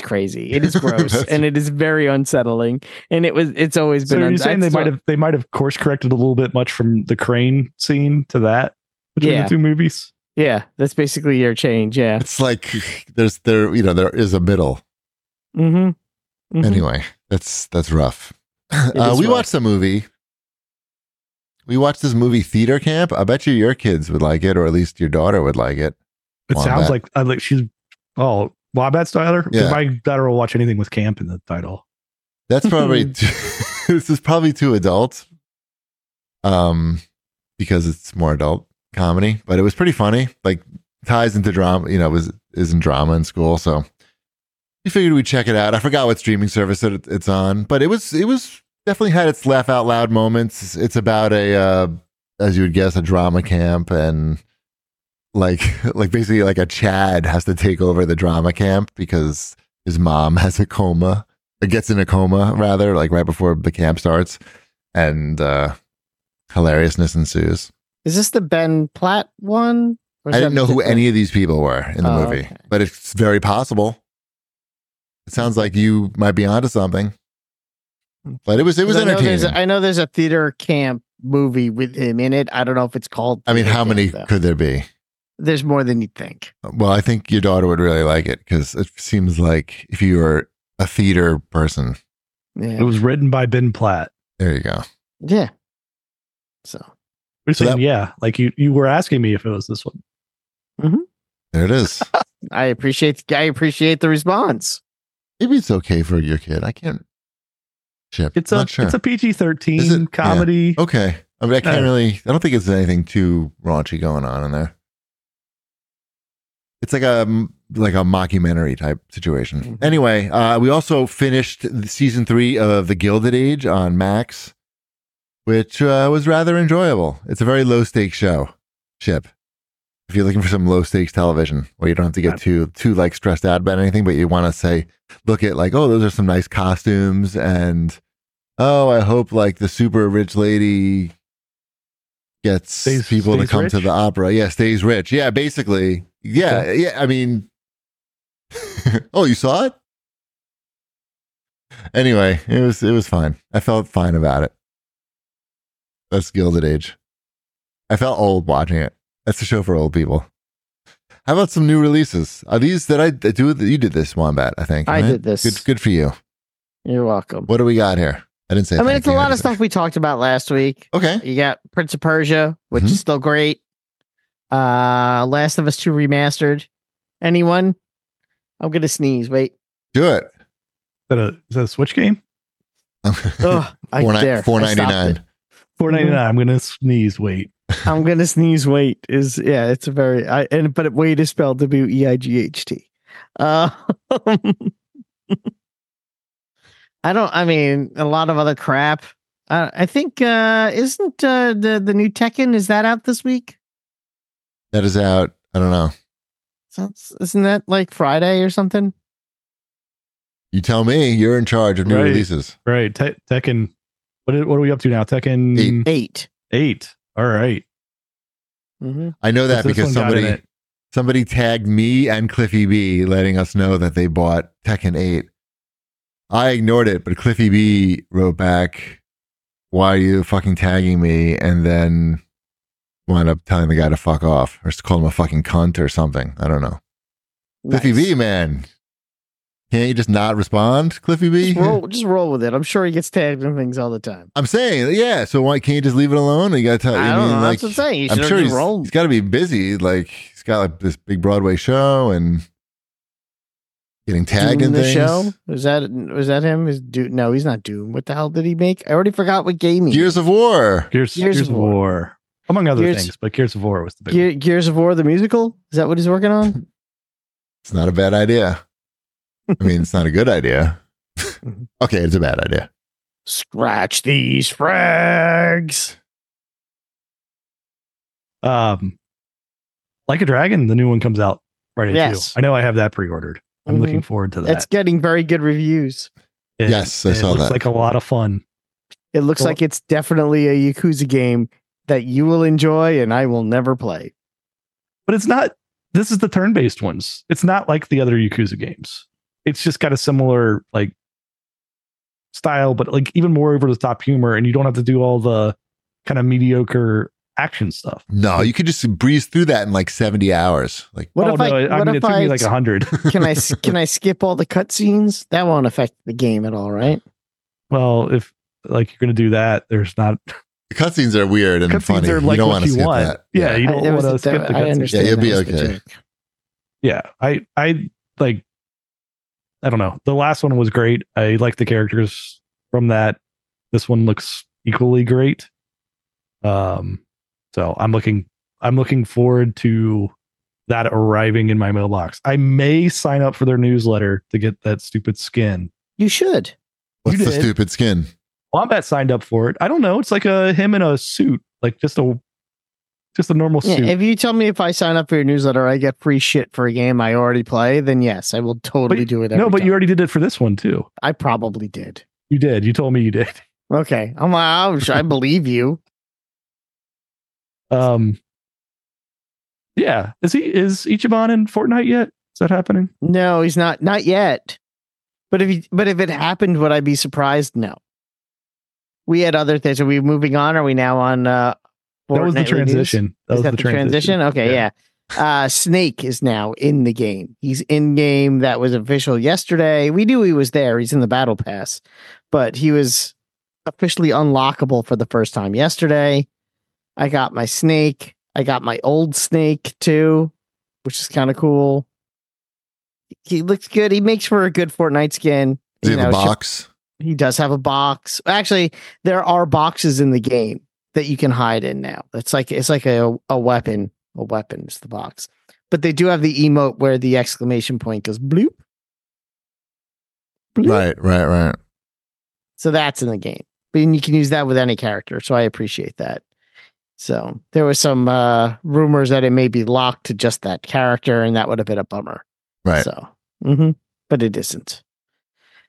S2: crazy. It is gross,
S1: That's-
S2: and it is very unsettling. And it was. It's always
S3: So
S2: been.
S3: are you
S2: uns-
S3: saying
S2: I
S3: they
S2: still-
S3: might have they might have course corrected a little bit much from the crane scene to that between
S2: Yeah.
S3: the two movies?
S2: Yeah, that's basically your change. Yeah.
S1: It's like there's there you know there is a middle
S2: Mm-hmm.
S1: anyway. That's that's rough. Uh,
S2: is
S1: we
S2: rough.
S1: watched a movie. We watched this movie theater camp. I bet you your kids would like it, or at least your daughter would like it.
S3: It
S1: Wombat.
S3: sounds like I like she's oh Wombat's daughter.
S1: Yeah.
S3: My daughter will watch anything with camp in the title.
S1: That's probably too, this is probably too adult, um, because it's more adult comedy. But it was pretty funny. Like ties into drama, you know, was is in drama in school. So we figured we'd check it out. I forgot what streaming service it, it's on, but it was it was definitely had its laugh out loud moments. It's about a uh, as you would guess a drama camp and like like basically like a Chad has to take over the drama camp because his mom has a coma or gets in a coma rather like right before the camp starts and uh hilariousness ensues
S2: Is this the Ben Platt one? Or is
S1: I didn't
S2: that
S1: know who
S2: different?
S1: any of these people were in the
S2: Oh,
S1: movie,
S2: okay.
S1: but it's very possible. It sounds like you might be onto something. But it was it was
S2: I know there's
S1: entertaining.
S2: a- I know there's a theater camp movie with him in it. I don't know if it's called.
S1: I mean,
S2: Theater
S1: how
S2: Camp,
S1: many
S2: though.
S1: could there be?
S2: There's more than you'd think.
S1: Well, I think your daughter would really like it because it seems like if you were a theater person,
S3: It
S2: Yeah.
S3: was written by Ben Platt.
S1: there you go.
S2: Yeah. So
S3: We're
S1: So
S3: saying,
S1: that-
S3: yeah, like you you were asking me if it was this one.
S1: There it is.
S2: I appreciate I appreciate the response.
S1: Maybe it's okay for your kid. I can't. Shit,
S3: It's
S1: I'm
S3: a
S1: not sure.
S3: it's a PG
S1: Is it? Yeah. Oh.
S3: thirteen comedy.
S1: okay. I mean, I can't
S3: Uh,
S1: really. I don't think it's anything too raunchy going on in there. It's like a like a mockumentary type situation.
S2: Mhm.
S1: Anyway, uh, we also finished the season three of The Gilded Age on Max, which uh, was rather enjoyable. It's a very low stakes show. Ship. If you're looking for some low stakes television where you don't have to get too too like stressed out about anything, but you want to say look at like, oh, those are some nice costumes, and oh, I hope like the super rich lady gets
S3: Stays-
S1: people to
S3: stays
S1: come to
S3: rich?
S1: the opera. Yeah, stays rich. Yeah, basically. Yeah, yeah. I mean, oh, you saw it. Anyway, it was it was fine. I felt fine about it. That's Gilded Age. I felt old watching it. That's a show for old people. How about some new releases? Are these that I that do? You did this Wombat, I think.
S2: I
S1: right?
S2: did this.
S1: Good, good for you.
S2: You're welcome.
S1: What do we got here? I didn't say.
S2: I mean,
S1: thank
S2: it's a
S1: you.
S2: lot
S1: I
S2: of
S1: didn't-
S2: stuff we talked about last week.
S1: Okay.
S2: You got Prince of Persia, which
S1: Mhm.
S2: is still great. Uh Last of Us 2 remastered. Anyone? I'm gonna sneeze. Wait.
S1: Do it.
S3: Is that a is that a Switch game?
S2: Ugh, I
S1: Four
S2: dare. I
S1: ni- four ninety
S2: stopped it.
S1: nine.
S3: Four ninety nine. I'm gonna sneeze. Wait.
S2: I'm gonna sneeze. Wait is yeah, it's a very I and but wait is spelled W E I G H T. Uh, I don't. I mean, a lot of other crap. Uh, I think uh isn't uh, the the new Tekken is that out this week?
S1: That is out. I don't know.
S2: Sounds isn't that like Friday or something?
S1: You tell me. You're in charge of new
S3: Right.
S1: releases.
S3: All right. Te- Tekken. What are, what are we up to now?
S1: Eight.
S3: Tekken eight.
S2: Eight.
S3: All right.
S2: Mm-hmm.
S1: I know that
S3: What's this
S1: because
S3: one got in
S1: somebody
S3: it?
S1: somebody tagged me and Cliffy B, letting us know that they bought Tekken Eight. I ignored it, but Cliffy B wrote back, "Why are you fucking tagging me?" And then wound up telling the guy to fuck off or just call him a fucking cunt or something. I don't know. Cliffy B, man. Can't you just not respond, Cliffy B?
S2: Just roll, just roll with it. I'm sure he gets tagged in things all the time.
S1: I'm saying, yeah. So why can't you just leave it alone? You gotta
S3: Uh,
S1: tell.
S2: I
S1: you
S2: don't
S1: mean,
S2: know.
S1: Like,
S2: That's what I'm saying. You
S1: I'm
S2: should
S1: sure
S2: just
S1: he's,
S2: roll.
S1: he's got to be busy. Like he's got like this big Broadway show and getting tagged
S2: Doom
S1: in
S2: the
S1: things.
S2: show. Was that was that him? Is Doom? No, he's not Doom. What the hell did he make? I already forgot what game
S3: Hmm.
S2: he.
S1: Gears of War.
S3: Gears,
S2: Gears
S3: Gears,
S2: of
S3: of War. among other
S2: Gears-
S3: things, but Gears of War was the big.
S2: Ge- Gears of War the musical. Is that what he's working on?
S1: It's not a bad idea. I mean, it's not a good idea. okay, it's a bad idea.
S2: Scratch these frags.
S3: one. Um, like a Dragon, the new one comes out Friday
S2: Yes.
S3: too. I know I have that pre-ordered. I'm
S2: Mhm.
S3: looking forward to that.
S2: It's getting very good reviews.
S3: And-
S1: Yes, I
S3: and it
S1: saw
S3: looks
S1: that.
S3: Like a lot of fun.
S2: It looks
S3: Well-
S2: like it's definitely a Yakuza game that you will enjoy and I will never play.
S3: but it's not this is the turn-based ones it's not like the other yakuza games it's just got a similar like style but like even more over the top humor and you don't have to do all the kind of mediocre action stuff
S1: No, you could just breeze through that in like 70 hours. Like,
S2: What
S3: oh,
S2: if
S3: no,
S2: I?
S3: I
S2: what
S3: mean it
S2: if
S3: took
S2: I?
S3: me like 100
S2: can I s- can I skip all the cutscenes? That won't affect the game at all, right?
S3: well if like you're gonna do that there's not
S1: the cutscenes are weird and
S3: cutscenes
S1: funny.
S3: are like
S1: you don't
S3: what
S1: want to
S3: you
S1: skip
S3: want
S1: that.
S3: yeah, you don't
S2: I,
S3: want to skip the
S2: I
S3: cutscenes
S2: understand.
S1: Yeah, you'll be
S2: that was the
S1: okay.
S2: joke.
S3: yeah i i like i don't know the last one was great i like the characters from that this one looks equally great um so i'm looking i'm looking forward to that arriving in my mailbox i may sign up for their newsletter to get that stupid skin
S2: You should.
S1: What's
S3: You
S1: the
S3: did.
S1: stupid skin?
S3: wombat signed up for it i don't know it's like a him in a suit like just a just a normal
S2: Yeah,
S3: suit
S2: if you tell me if I sign up for your newsletter, I get free shit for a game I already play, then yes, I will totally do it. Every
S3: no but
S2: time.
S3: you already did it for this one too
S2: I probably did.
S3: you did you told me you did
S2: Okay, I'm. "Oh, I'm sure I believe you.
S3: Um, Yeah. Is he is Ichiban in Fortnite yet? Is that happening?
S2: No, he's not. Not yet. But if he, but if it happened, would I be surprised? No. We had other things. Are we moving on? Are we now on? Uh,
S3: that was
S2: Fortnightly
S3: the
S2: news?
S3: transition. That
S2: Is
S3: was
S2: that the transition? Okay, yeah. Uh, Snake is now in the game. He's in game. That was official yesterday. We knew he was there. He's in the battle pass, but he was officially unlockable for the first time yesterday. I got my Snake. I got my old Snake too, which is kind of cool. He looks good. He makes for a good Fortnite skin.
S1: Do you
S2: You
S1: have a
S2: know, should-
S1: box?
S2: he does have a box. Actually, there are boxes in the game that you can hide in now. It's like it's like a, a weapon. A weapon is the box. But they do have the emote where the exclamation point goes bloop. bloop.
S1: Right, right, right.
S2: So that's in the game. But and you can use that with any character. So I appreciate that. So there was some uh, rumors that it may be locked to just that character, and that would have been a bummer.
S1: Right.
S2: So, mhm. but it isn't.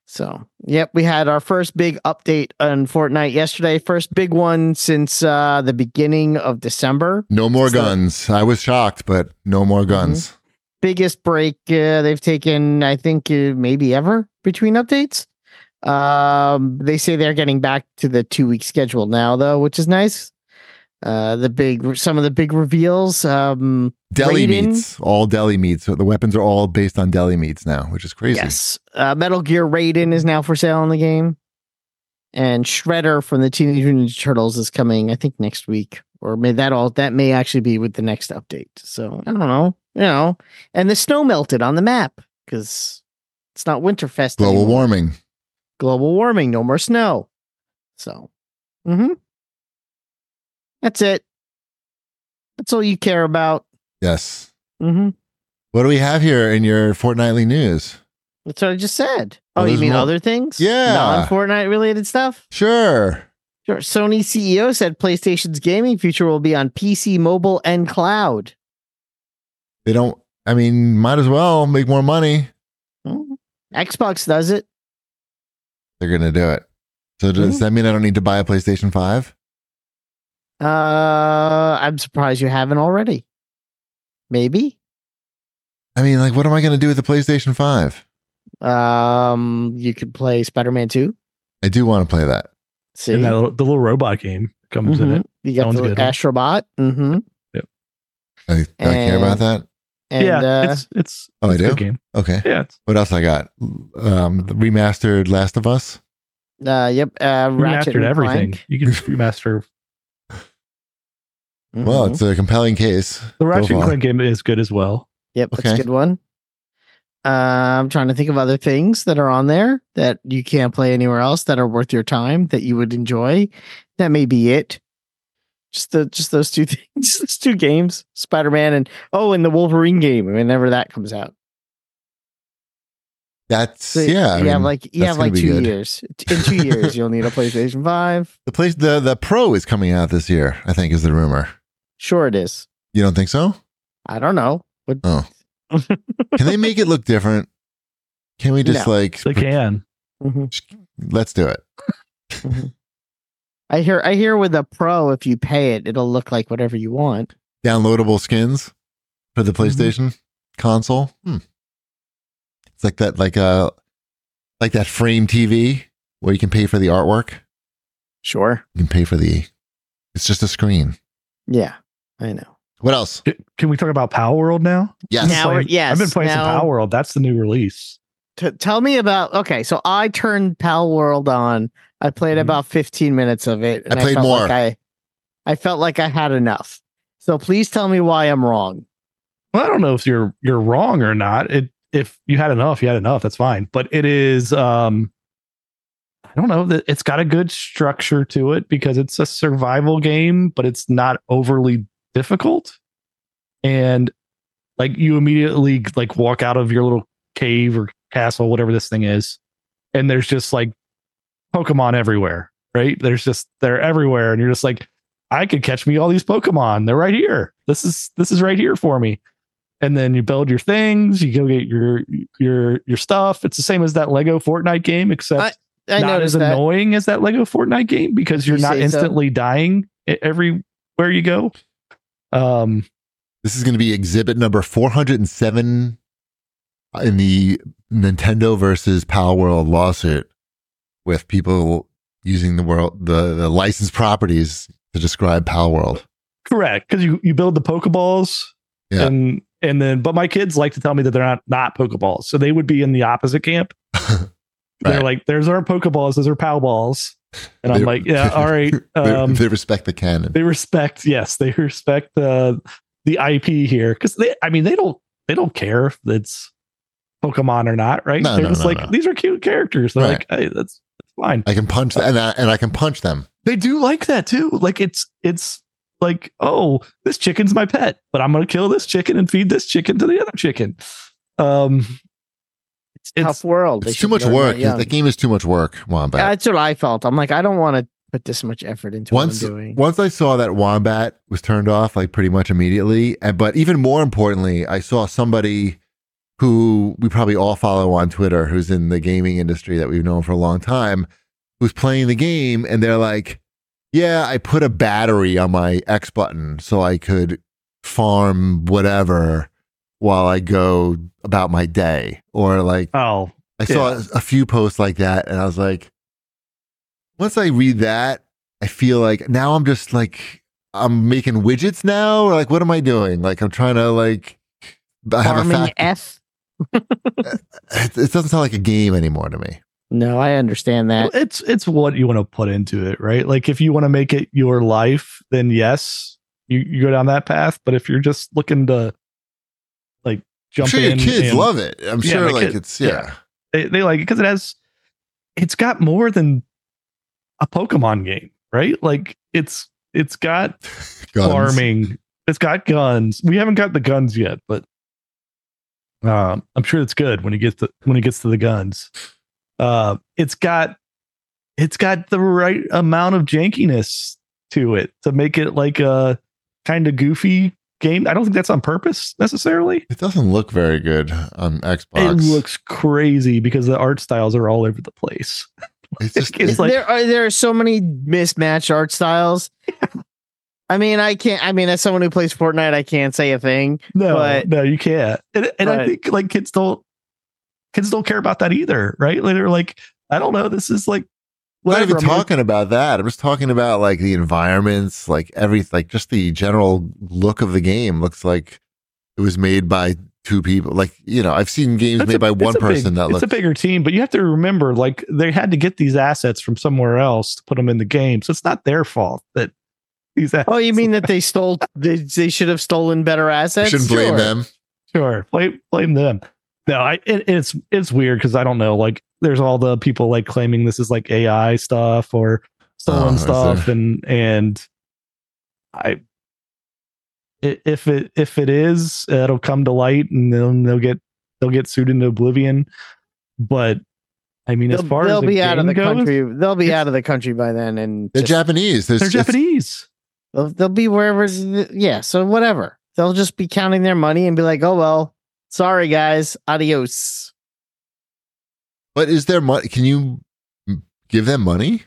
S2: So, yep, we had our first big update on Fortnite yesterday. First big one since uh, the beginning of December.
S1: No more
S2: So-
S1: guns. I was shocked, but no
S3: Mm-hmm.
S1: more guns.
S2: biggest break uh, they've taken, I think, uh, maybe ever between updates. Um, they say they're getting back to the two week schedule now, though, which is nice. Uh, the big, some of the big reveals. Um,
S1: Deli
S2: Raiden.
S1: meats, all deli meats. So the weapons are all based on deli meats now, which is crazy.
S2: yes, uh, Metal Gear Raiden is now for sale in the game, and Shredder from the Teenage Mutant Ninja Turtles is coming, I think, next week, or may that all that may actually be with the next update. So I don't know, you know, and the snow melted on the map because it's not Winterfest.
S1: Global
S2: anymore.
S1: warming.
S2: global warming, no more snow. So, mhm. that's it. That's all you care about.
S1: Yes.
S2: hmm
S1: What do we have here in your fortnightly news?
S2: That's what I just said. Oh,
S1: Well,
S2: you
S1: there's
S2: mean
S1: more.
S2: other things?
S1: Yeah.
S2: Non Fortnite related stuff?
S1: Sure.
S2: Sure. Sony CEO said PlayStation's gaming future will be on PC, mobile, and cloud.
S1: They don't, I mean, might as well make more money.
S2: Hmm. Xbox does it.
S1: They're going to do it. So does
S2: Mhm.
S1: that mean I don't need to buy a PlayStation 5?
S2: Uh, I'm surprised you haven't already. Maybe.
S1: I mean, like, what am I going to do with the PlayStation 5?
S2: Um, you could play Spider Man 2.
S1: I do want to play that.
S2: See?
S3: And that little, the little robot game comes in
S2: Mhm.
S3: it.
S2: You got
S3: Sounds
S2: the
S3: good.
S2: Astrobot. Mm-hmm.
S1: I, I don't care about
S2: And-
S1: that.
S2: And
S3: yeah,
S2: uh,
S3: it's it's
S1: Oh, I
S3: it's a
S1: do?
S3: good game.
S1: Okay.
S3: Yeah, it's
S1: What else I got? Um, the remastered Last of Us.
S2: uh, yep, uh, Ratchet
S3: remastered
S2: and
S3: everything.
S2: Clank.
S3: You can remaster
S2: Mhm.
S1: Well, it's a compelling case.
S3: the Ratchet and
S1: far.
S3: Clank game is good as well.
S2: yep, that's
S1: okay.
S2: a good one. Uh, I'm trying to think of other things that are on there that you can't play anywhere else that are worth your time that you would enjoy. That may be it. Just the just those two things, just those two games, Spider Man and oh, and the Wolverine game whenever that comes out.
S1: That's
S2: So
S1: yeah. I
S2: you have
S1: mean,
S2: like you
S1: that's
S2: have
S1: gonna
S2: like
S1: be
S2: two
S1: good.
S2: years. In two years, you'll need a PlayStation Five.
S1: the place the the Pro is coming out this year. I think is the rumor.
S2: Sure, it is.
S1: You don't think so?
S2: I don't know. What
S1: Oh, can they make it look different? Can we just
S2: No.
S1: like
S3: They can.
S2: Mhm.
S1: let's do it?
S2: I hear I hear with a pro if you pay it it'll look like whatever you want.
S1: Downloadable skins for the PlayStation console. Hmm. It's like that, like uh like that frame TV where you can pay for the artwork.
S2: Sure.
S1: You can pay for the. It's just a screen.
S2: Yeah. I know.
S1: What else?
S3: C- Can we talk about Power World now?
S1: Yes.
S2: Now we're-
S3: Playing-
S2: yes,
S3: I've been playing
S2: now-
S3: some Power World. That's the new release.
S2: T- tell me about okay, so I turned Pal World on. I played
S3: Mhm.
S2: about 15 minutes of it.
S1: Mm-hmm. I played
S2: felt
S1: more.
S2: Like I, I felt like I had enough. So please tell me why I'm wrong.
S3: Well, I don't know if you're you're wrong or not. It if you had enough, you had enough. That's fine. But it is um I don't know that it's got a good structure to it because it's a survival game, but it's not overly difficult. And like you immediately like walk out of your little cave or castle, whatever this thing is, and there's just like Pokemon everywhere, right? There's just they're everywhere, and you're just like, I could catch me all these Pokemon. They're right here. This is this is right here for me. And then you build your things, you go get your your your stuff. It's the same as that Lego Fortnite game, except
S2: I
S3: not as
S2: noticed that.
S3: annoying as that Lego Fortnite game because you're
S2: You
S3: not
S2: say so.
S3: instantly dying dying e- everywhere you go. Um,
S1: This is going to be exhibit number 407 in the Nintendo versus Power World lawsuit with people using the world the, the licensed properties to describe Power World.
S3: Correct, because you you build the Pokeballs,
S1: Yeah.
S3: and and then but my kids like to tell me that they're not not Pokeballs, so they would be in the opposite camp. They're
S1: Right.
S3: like, "There's our Pokeballs, those are Powballs," and I'm
S1: They-
S3: like, "Yeah, all right."
S1: They-
S3: Um,
S1: they respect the canon.
S3: they respect, yes, they respect the the IP here because they, I mean, they don't they don't care if it's Pokemon or not, right?
S1: No,
S3: they're
S1: no,
S3: just
S1: no,
S3: like
S1: no.
S3: these are cute characters. They're
S1: Right.
S3: like, hey, that's that's fine.
S1: I can punch them, and I, and I can punch them.
S3: they do like that too. Like it's it's like oh this chicken's my pet, but I'm gonna kill this chicken and feed this chicken to the other chicken. Um, it's,
S2: Tough world. They
S1: It's
S2: should
S1: too much
S2: learn that
S1: work.
S2: young.
S1: The game is too much work, Wombat.
S2: That's what I felt. I'm like, I don't want to put this much effort into
S1: once
S2: what I'm doing.
S1: once I saw that wombat was turned off, like pretty much immediately. And but even more importantly, I saw somebody who we probably all follow on Twitter, who's in the gaming industry that we've known for a long time, who's playing the game, and they're like, "Yeah, I put a battery on my X button so I could farm whatever." While I go about my day, or like
S3: oh
S1: I saw a a few posts like that, and I was like, once I read that, I feel like now I'm just like I'm making widgets now, or like what am I doing? Like I'm trying to like I have a
S2: Farming
S1: fact.
S2: F?
S1: It, it doesn't sound like a game anymore to me.
S2: No, I understand
S3: Well,
S2: that.
S3: it's it's what you want to put into it, right? Like if you want to make it your life, then yes, you, you go down that path. But if you're just looking to like
S1: I'm
S3: jump
S1: sure your
S3: in,
S1: kids
S3: and-
S1: love it. I'm
S3: Yeah,
S1: sure
S3: my
S1: like
S3: kid-
S1: it's yeah.
S3: yeah. They, they like it because it has it's got more than a Pokemon game, right? Like it's it's got
S1: Guns.
S3: farming. It's got guns. We haven't got the guns yet, but um, I'm sure it's good when it gets to when it gets to the guns. Uh, it's got it's got the right amount of jankiness to it to make it like a kind of goofy game. I don't think that's on purpose necessarily.
S1: It doesn't look very good on Xbox.
S3: It looks crazy because the art styles are all over the place.
S1: it's just
S3: it's
S1: it's
S3: like-
S2: there are there are so many mismatched art styles. I mean, I can't. I mean, as someone who plays Fortnite, I can't say a thing.
S3: No,
S2: But-
S3: no, you can't. And, and I
S2: Right.
S3: think like kids don't kids don't care about that either, right? Like, they're like, I don't know, this is like
S1: I'm not
S3: whatever.
S1: even
S3: I'm like,
S1: talking about that. I'm just talking about like the environments, like every like just the general look of the game looks like it was made by two people. Like you know, I've seen games
S3: that's
S1: made
S3: a-
S1: by
S3: it's
S1: one
S3: a big-
S1: person that
S3: it's
S1: looks.
S3: a bigger team, but you have to remember, like they had to get these assets from somewhere else to put them in the game, so it's not their fault that these. Assets
S2: Oh, you mean that they stole? They, they should have stolen better
S1: You
S2: assets.
S1: shouldn't blame
S2: Sure.
S1: them.
S3: Sure, blame blame them. No, I it, it's it's weird because I don't know. Like, there's all the people like claiming this is like AI stuff or
S1: Oh,
S3: stolen
S1: is
S3: stuff, and and I i- if it if it is, it'll come to light, and then they'll get they'll get sued into oblivion. But I mean,
S2: They'll,
S3: as far
S2: they'll
S3: as the
S2: be out of
S3: game
S2: the
S3: goes,
S2: country. They'll be
S3: it's-
S2: out of the country by then, and
S1: They're
S2: just-
S1: Japanese. There's
S3: they're
S1: it's-
S3: Japanese.
S2: they'll, they'll be wherever. Yeah, so whatever. They'll just be counting their money and be like, "Oh well, sorry guys, adios."
S1: But is there money? Can you give them money?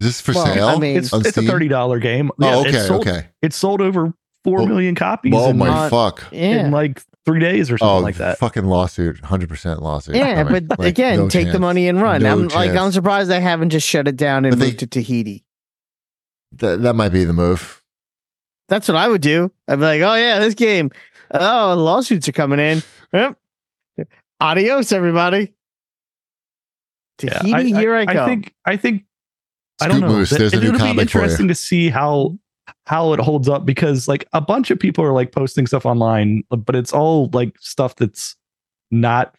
S1: Is this for
S2: Well,
S1: sale?
S2: I mean,
S3: It's
S1: On
S3: it's a
S1: Steam?
S3: thirty dollar game. Yeah,
S1: oh,
S3: It's
S1: okay,
S3: sold,
S1: okay.
S3: It's sold over four
S1: Well-
S3: million copies.
S1: Oh
S3: in,
S1: my
S2: not-
S1: fuck!
S2: Yeah.
S3: in like three days or
S1: Oh,
S3: something like that.
S1: fucking lawsuit, hundred percent lawsuit.
S2: Yeah,
S1: coming.
S2: but
S1: Like,
S2: again,
S1: no
S2: take the
S1: chance.
S2: money and run.
S1: No
S2: I'm like,
S1: chance.
S2: I'm surprised they haven't just shut it down and
S1: But they-
S2: moved to Tahiti.
S1: That, that might be the move.
S2: That's what I would do. I'd be like, oh yeah, this game. Oh, lawsuits are coming in. Yep. Adios, everybody.
S3: Yeah,
S2: Tahiti, here I, come.
S3: I think I think I
S1: Scoop
S3: don't know.
S1: Moose,
S3: That-
S1: there's a new
S3: it'll be
S1: comic for you.
S3: interesting to see how how it holds up because like a bunch of people are like posting stuff online, but it's all like stuff that's not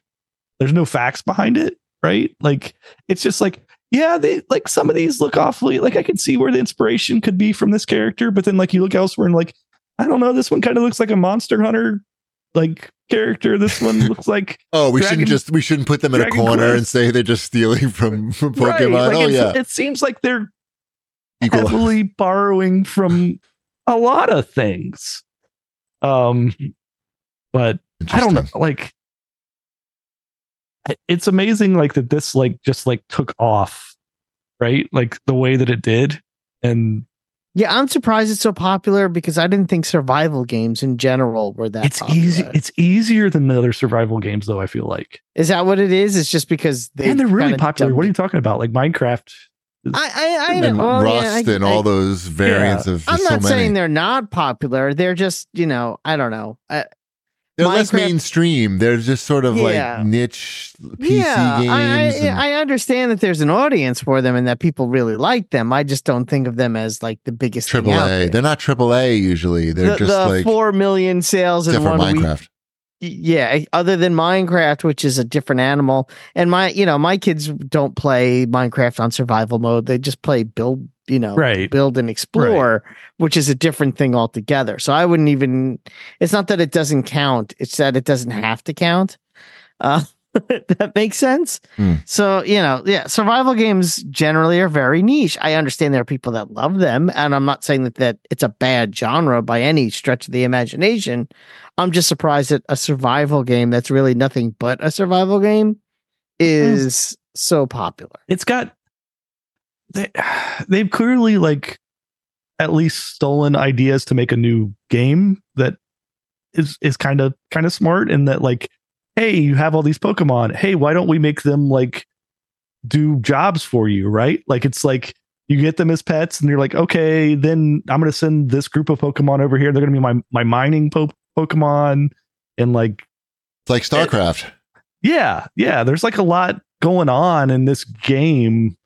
S3: there's no facts behind it, right? Like it's just like yeah, they like some of these look awfully like I can see where the inspiration could be from this character, but then like you look elsewhere and like I don't know, this one kind of looks like a monster hunter like character. This one looks like
S1: Oh, we
S3: Dragon-
S1: shouldn't just we shouldn't put them in a
S3: Dragon
S1: corner
S3: Quest.
S1: and say they're just stealing from, from Pokemon.
S3: Right, like,
S1: oh
S3: it's-
S1: yeah,
S3: It seems like they're
S1: equal.
S3: heavily borrowing from a lot of things. Um, but I don't know,
S1: Interesting.
S3: like it's amazing, like that this like just like took off, right? Like the way that it did, and
S2: Yeah, I'm surprised it's so popular because I didn't think survival games in general were that.
S3: it's
S2: popular.
S3: easy. It's easier than the other survival games, though. I feel like,
S2: Is that what it is? It's just because they
S3: and they're really
S2: kinda
S3: popular.
S2: dumped-
S3: What are you talking about? Like Minecraft.
S2: I I I
S1: and
S2: don't, well, oh, yeah,
S1: Rust
S2: I-
S1: and
S2: I-
S1: all those variants of
S2: I'm
S1: so
S2: not
S1: many.
S2: saying they're not popular. They're just you know I don't know. I,
S1: They're less
S2: Minecraft-
S1: mainstream. They're just sort of
S2: Yeah.
S1: like niche PC
S2: yeah,
S1: games.
S2: I,
S1: and-
S2: I I understand that there's an audience for them and that people really like them. I just don't think of them as like the biggest thing
S1: Triple
S2: out
S1: A.
S2: there.
S1: They're not triple A usually. They're
S2: the,
S1: just
S2: the
S1: like
S2: four million sales in
S1: except for
S2: one week.
S1: Minecraft.
S2: yeah eh, other than minecraft which is a different animal and my you know my kids don't play minecraft on survival mode they just play build you know
S3: Right.
S2: build and explore which is a different thing altogether so i wouldn't even it's not that it doesn't count it's that it doesn't have to count uh that makes sense
S1: Hmm.
S2: so you know yeah survival games generally are very niche i understand there are people that love them and i'm not saying that that it's a bad genre by any stretch of the imagination I'm just surprised that a survival game that's really nothing but a survival game is so popular.
S3: It's got. They, they've clearly like, at least stolen ideas to make a new game that is is kind of kind of smart in that like, hey, you have all these Pokemon. Hey, why don't we make them like do jobs for you? Right? Like it's like. You get them as pets, and you're like, okay, then I'm gonna send this group of Pokemon over here. They're gonna be my my mining po- Pokemon, and like
S1: It's like StarCraft.
S3: yeah yeah there's like a lot going on in this game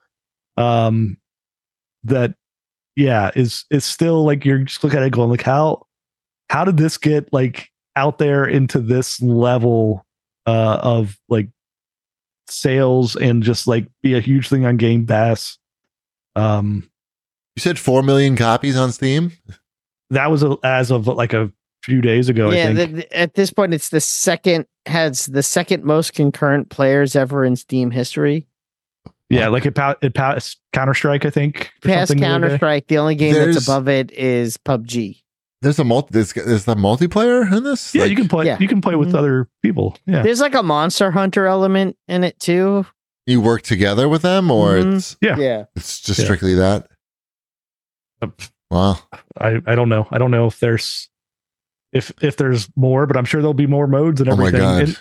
S3: um that yeah is is still like you're just looking at it going like how how did this get like out there into this level uh of like sales and just like be a huge thing on game pass um
S1: you said four million copies on Steam.
S3: that was a, as of like a few days ago i
S2: yeah,
S3: think
S2: th- th- at this point, it's the second has the second most concurrent players ever in Steam history.
S3: yeah like it, pa- it passed counter-strike i think or
S2: Past
S3: something the other
S2: Counter
S3: day.
S2: Strike, the only game
S1: There's-
S2: that's above it is PUBG.
S1: There's a multi. There's, there's the multiplayer in this.
S3: yeah
S1: Like,
S3: you can play
S2: yeah.
S3: you can play with
S2: Mhm.
S3: other people yeah
S2: There's like a Monster Hunter element in it too.
S1: you work together with them, or
S2: Mhm.
S1: it's
S3: Yeah.
S1: it's just
S3: Yeah.
S1: strictly that. oh
S3: Um,
S1: Wow.
S3: I, I don't know. I don't know if there's if if there's more, but I'm sure there'll be more modes and
S1: Oh my
S3: everything.
S1: god.
S3: And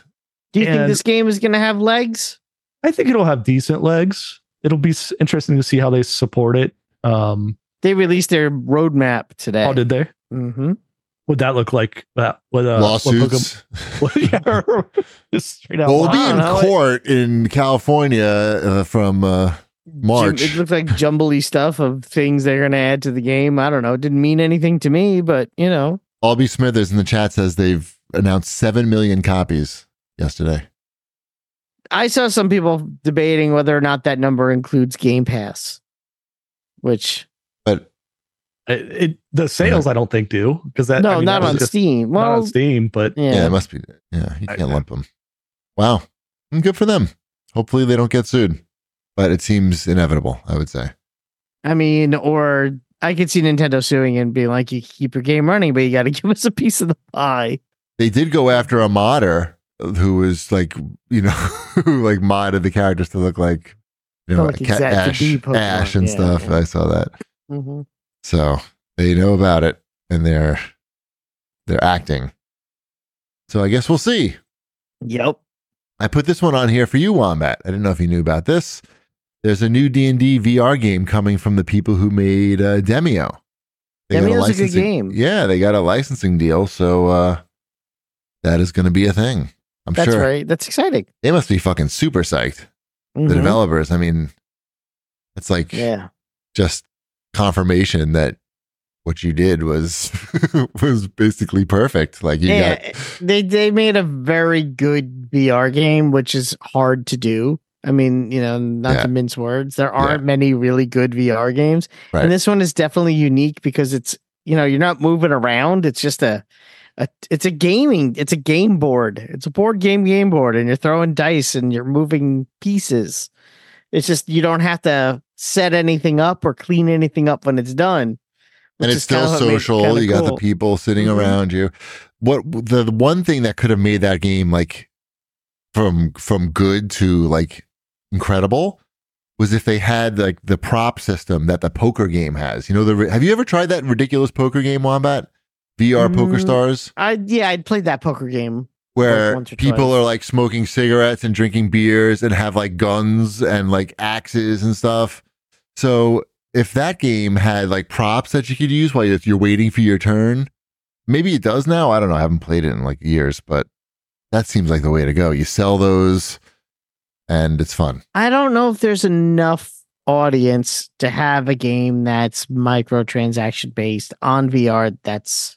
S2: Do you think
S3: And-
S2: this game is going to have legs?
S3: I think it'll have decent legs. It'll be s- interesting to see how they support it. Um,
S2: They released their roadmap today.
S3: how did they?
S2: hmm
S3: Would that look like that? What, uh, what Pokemon-
S1: Lawsuits.
S3: yeah, just straight out.
S1: Well, we'll
S3: loud.
S1: be
S2: I
S1: in
S2: don't know.
S1: court in California uh, from uh, March.
S2: Jum- It looked like jumbly stuff of things they're going to add to the game. I don't know. It didn't mean anything to me, but you know,
S1: Albie Smithers in the chat says they've announced seven million copies yesterday.
S2: I saw some people debating whether or not that number includes Game Pass, which
S1: But
S3: It, it- the sales. I don't think do because that I
S2: no,
S3: mean,
S2: not
S3: that was
S2: on
S3: just-
S2: Steam.
S3: not
S2: Well,
S3: on Steam, but
S2: yeah,
S1: yeah, it must be. Yeah, you
S3: I-
S1: can't lump them. Wow, Mm, good for them. Hopefully they don't get sued, but it seems inevitable. I would say.
S2: I mean, or I could see Nintendo suing and being like, "You keep your game running, but you got to give us a piece of the pie."
S1: they did go after a modder who was like you know who like modded the characters to look like you know
S2: Oh, like
S1: Ca-
S2: exact-
S1: ash,
S2: the Pokemon,
S1: ash and
S2: yeah,
S1: stuff
S2: yeah.
S1: i saw that
S2: Mhm.
S1: so they know about it and they're they're acting so i guess we'll see
S2: Yep.
S1: i put this one on here for you wombat i didn't know if you knew about this there's a new d&d vr game coming from the people who made uh, demio got
S2: Demo's a good
S1: licensing-
S2: game.
S1: yeah they got a licensing deal so uh that is going to be a thing i'm
S2: That's
S1: sure
S2: right. That's exciting.
S1: they must be fucking super psyched. The
S2: Mhm.
S1: developers, I mean, it's like
S2: Yeah.
S1: just confirmation that what you did was was basically perfect. Like you
S2: Yeah,
S1: got
S2: they they made a very good VR game, which is hard to do. I mean, you know, not
S1: Yeah.
S2: to mince words, there
S1: Yeah.
S2: aren't many really good VR games,
S1: Right.
S2: and this one is definitely unique because it's you know you're not moving around. It's just a, a it's a gaming, it's a game board, it's a board game game board, and you're throwing dice and you're moving pieces. It's just you don't have to set anything up or clean anything up when it's done. which
S1: and it's
S2: is kinda
S1: still
S2: what made it
S1: social.
S2: kinda
S1: you got the
S2: cool.
S1: people sitting
S2: Mhm.
S1: around you. What the, the one thing that could have made that game like from from good to like incredible was if they had like the prop system that the poker game has. You know, the have you ever tried that ridiculous poker game, Wombat? VR Poker
S2: Mm.
S1: Stars,
S2: I yeah, I played that poker game.
S1: where
S2: once or
S1: people
S2: twice.
S1: are like smoking cigarettes and drinking beers and have like guns and like axes and stuff. So if that game had like props that you could use while you're waiting for your turn, maybe it does now. I don't know. I haven't played it in like years, but that seems like the way to go. You sell those, and it's fun.
S2: I don't know if there's enough audience to have a game that's microtransaction based on VR. That's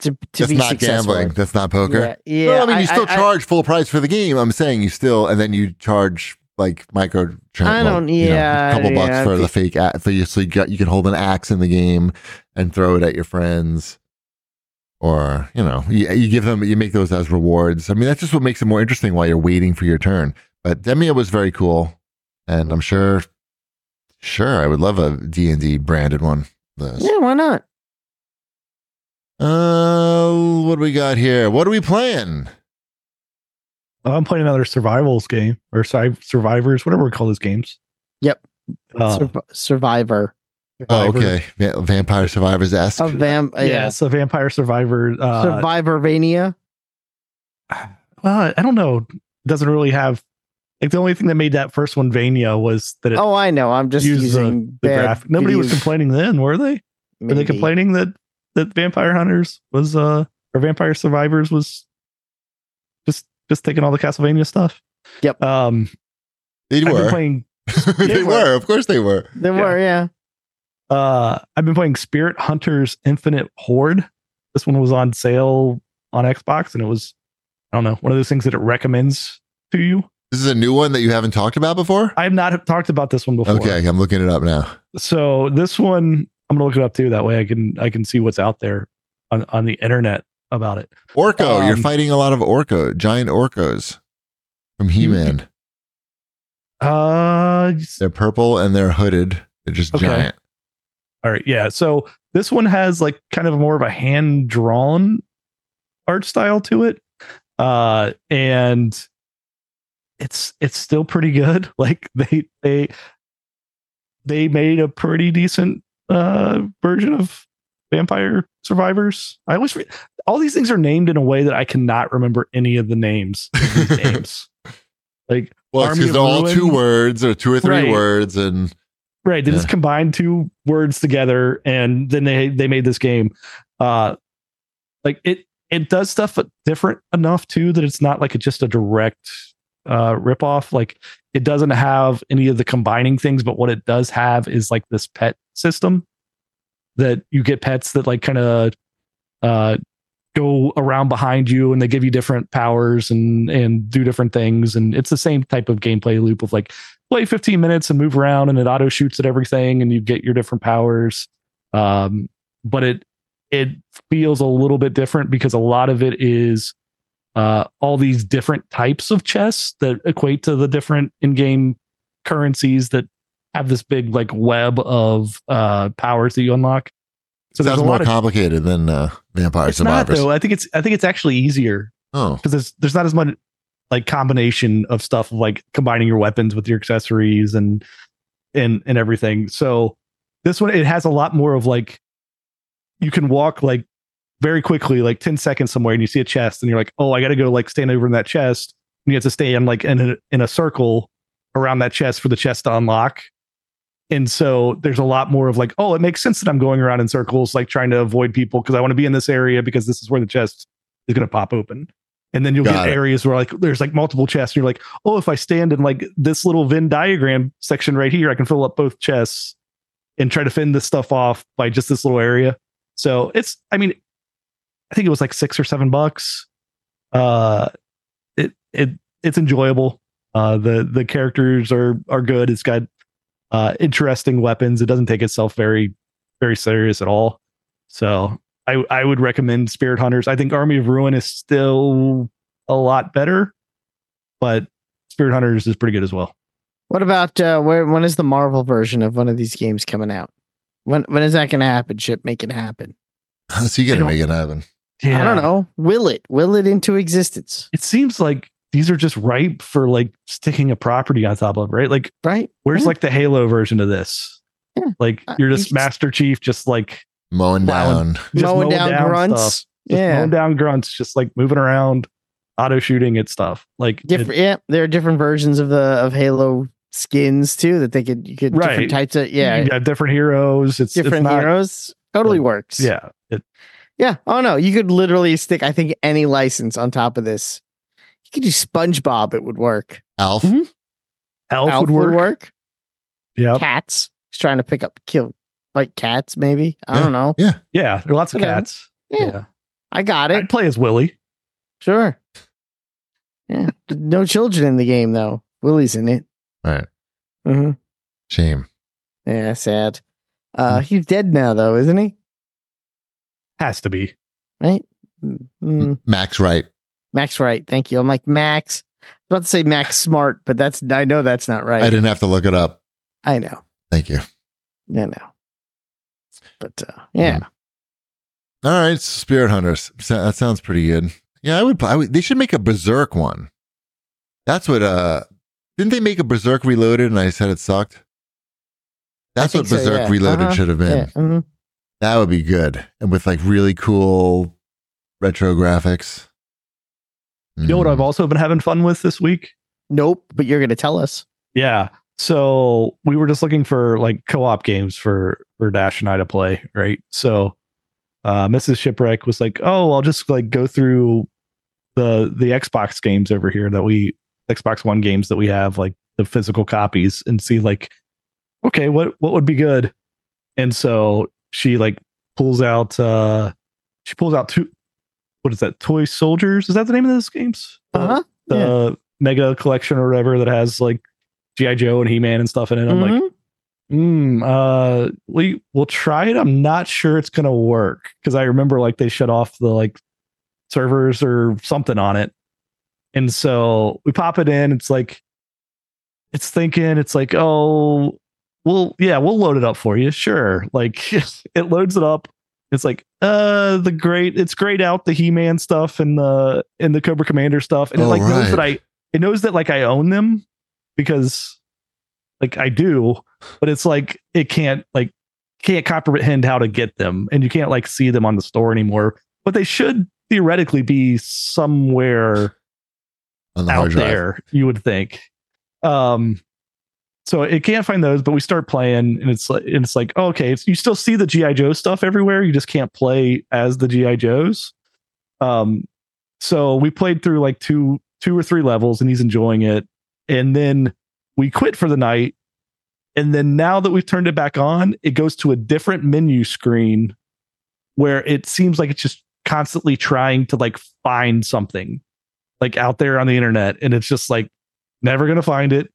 S2: to, to
S1: That's
S2: be
S1: not
S2: successful.
S1: gambling. That's not poker.
S2: Yeah, yeah,
S1: No, I mean, you still
S2: I-
S1: charge full price for the game. I'm saying you still, and then you charge like micro.
S2: I don't- yeah,
S1: a couple
S2: yeah,
S1: bucks for
S2: I
S1: the fake. a- So you, so you got you can hold an axe in the game and throw it at your friends, or you know, you, you give them, you make those as rewards. I mean, that's just what makes it more interesting while you're waiting for your turn. But Demia was very cool, and I'm sure, sure, I would love a D and D branded one. of Those.
S2: Yeah, why not?
S1: Uh, what do we got here? What are we playing?
S3: Oh, I'm playing another survivals game or sorry, survivors, whatever we call those games.
S2: Yep.
S3: Uh,
S2: Sur- Survivor.
S1: Oh,
S3: Survivor.
S1: okay. Va- Vampire Survivors esque.
S2: A vamp.
S3: Yeah,
S2: Uh, yeah.
S3: so Vampire Survivor. Uh,
S2: Survivorvania.
S3: well, I don't know. It doesn't really have like the only thing that made that first one Vania was that it
S2: Oh, I know. I'm just
S3: use the-
S2: using
S3: the
S2: bad
S3: graph. Nobody was
S2: video-
S3: complaining then, were they? Were they
S2: maybe.
S3: complaining that that Vampire Hunters was uh or Vampire Survivors was just just taking all the Castlevania stuff?
S2: Yep.
S3: Um,
S1: They
S3: I've been
S1: were.
S3: playing
S1: they
S3: they
S1: were.
S3: were.
S1: Of course they were.
S2: There
S3: Yeah.
S2: were, yeah.
S3: uh I've been playing Spirit Hunters Infinite Horde. This one was on sale on Xbox and it was I don't know, one of those things that it recommends to you.
S1: This is a new one that you haven't talked about before?
S3: I've not talked about this one before.
S1: Okay, I'm looking it up now.
S3: So this one I'm gonna look it up too. That way I can I can see what's out there on, on the internet about it.
S1: Orco. you're
S3: Um,
S1: fighting a lot of orco, giant orcos from
S3: Hmm.
S1: He Man.
S3: Uh
S1: They're purple and they're hooded. They're just
S3: Okay.
S1: giant.
S3: all right, yeah. So this one has like kind of more of a hand drawn art style to it. Uh and it's it's still pretty good. Like they they they made a pretty decent uh version of Vampire Survivors. I always re- all these things are named in a way that I cannot remember any of the names. of these games. Like
S1: Well, it's
S3: Army
S1: because
S3: of
S1: they're all
S3: Ruin.
S1: two words or two or three
S3: Right.
S1: words. And
S3: Right. They
S1: Yeah.
S3: just combined two words together and then they they made this game. Uh like it it does stuff different enough too that it's not like it's just a direct uh ripoff. Like it doesn't have any of the combining things, but what it does have is like this pet system that you get pets that like kind of uh go around behind you and they give you different powers and and do different things and it's the same type of gameplay loop of like play 15 minutes and move around and it auto shoots at everything and you get your different powers um but it it feels a little bit different because a lot of it is uh all these different types of chests that equate to the different in-game currencies that have this big like web of uh powers that you unlock so there's
S1: sounds
S3: a
S1: more
S3: lot of
S1: complicated than uh, Vampire
S3: it's not
S1: Survivors.
S3: though i think it's i think it's actually easier
S1: oh,
S3: because there's there's not as much like combination of stuff like combining your weapons with your accessories and and and everything. So this one it has a lot more of like you can walk like very quickly, like 10 seconds somewhere, and you see a chest, and you're like, oh, I gotta go like stand over in that chest. And you have to stand like in a, in a circle around that chest for the chest to unlock. And so there's a lot more of like, oh, it makes sense that I'm going around in circles, like trying to avoid people because I want to be in this area because this is where the chest is going to pop open. And then you'll
S1: Got
S3: get
S1: it.
S3: areas where like there's like multiple chests. And you're like, oh, if I stand in like this little Venn diagram section right here, I can fill up both chests and try to fend this stuff off by just this little area. So it's, I mean, I think it was like six or seven bucks. Uh, it it it's enjoyable. Uh, the the characters are are good. It's got uh interesting weapons. It doesn't take itself very very serious at all. So I I would recommend Spirit Hunters. I think Army of Ruin is still a lot better, but Spirit Hunters is pretty good as well.
S2: What about uh, where? When is the Marvel version of one of these games coming out? When when is that going to happen? Ship, make it happen.
S1: Oh, so you got
S3: I
S1: to
S3: don't-
S1: make it happen.
S2: I don't know. Will it? Will it into existence?
S3: It seems like these are just ripe for like sticking a property on top of, right? Like,
S2: right?
S3: where's
S2: Yeah.
S3: like the Halo version of this?
S2: Mm-hmm. Yeah.
S3: Like,
S2: Uh,
S3: you're
S2: you
S3: just
S2: just-
S3: Master Chief, just like
S1: Mowing
S3: Plowing.
S1: down.
S3: just
S2: mowing down, grunts?
S3: stuff. Just
S2: Yeah.
S3: mowing down grunts, just like moving around, auto shooting at stuff. Like, it-
S2: different yeah there are different versions of the of halo skins too that they could you could
S3: Right.
S2: different types of yeah
S3: you have different heroes. It's
S2: different
S3: it's not,
S2: heroes totally works
S3: Yeah, it,
S2: yeah oh no you could literally stick i think any license on top of this you could do spongebob it would work
S1: Alf.
S3: Mhm. Elf,
S2: Alf
S3: would work. Yeah,
S2: cats he's trying to pick up kill like cats maybe i don't know
S3: yeah. There are lots of
S2: Okay.
S3: cats.
S2: Yeah. i got it
S3: I'd play as Willy.
S2: sure yeah no children in the game though willie's in it
S1: Right.
S2: hmm
S1: Shame.
S2: yeah sad uh he's dead now though isn't he
S3: Has to be.
S2: right Mm.
S3: Mm-hmm.
S1: Max Wright.
S2: Max Wright. Thank you. I'm like Max. I was about to say Max Smart, but that's I know that's not right.
S1: I didn't have to look it up.
S2: I know.
S1: Thank you.
S2: I know. But uh, yeah,
S1: All right, Spirit Hunters. So- That sounds pretty good. Yeah, I would, I would. They should make a Berserk one. That's what. uh Didn't they make a Berserk Reloaded? And I said it sucked. That's
S2: think
S1: what
S2: so,
S1: Berserk
S2: yeah.
S1: Reloaded
S2: Uh-huh.
S1: should have been.
S2: yeah. mhm.
S1: That would be good, and with like really cool retro graphics.
S3: You know what
S1: Mm.
S3: I've also been having fun with this week?
S2: Nope. But you're gonna tell us.
S3: Yeah. So we were just looking for like co-op games for for Dash and I to play, right? So uh Mrs. Shipwreck was like, "Oh, I'll just like go through the the Xbox games over here that we Xbox One games that we have like the physical copies and see like okay, what what would be good?" And so she like pulls out uh she pulls out two what is that? Toy Soldiers? Is that the name of those games?
S2: Uh huh.
S3: the mega collection or whatever that has like GI Joe and He Man and stuff in it. I'm
S2: Mm-hmm.
S3: like, hmm, uh, we we'll try it. I'm not sure it's gonna work because I remember like they shut off the like servers or something on it, and so we pop it in. It's like, it's thinking it's like, oh, well, yeah, we'll load it up for you, sure. Like it loads it up. It's like uh the great it's grayed out the He-Man stuff and the and the Cobra Commander stuff. And it
S1: Oh,
S3: like
S1: right.
S3: knows that I it knows that like I own them because like I do, but it's like it can't like can't comprehend how to get them and you can't like see them on the store anymore. But they should theoretically be somewhere
S1: Hmm. on the
S3: out
S1: hard drive.
S3: there, you would think. Um, so it can't find those, but we start playing, and it's like and it's like oh, okay, it's, you still see the GI Joe stuff everywhere. You just can't play as the GI Joes. Um, so we played through like two two or three levels, and he's enjoying it. And then we quit for the night. And then now that we've turned it back on, it goes to a different menu screen where it seems like it's just constantly trying to like find something like out there on the internet and it's just like never gonna find it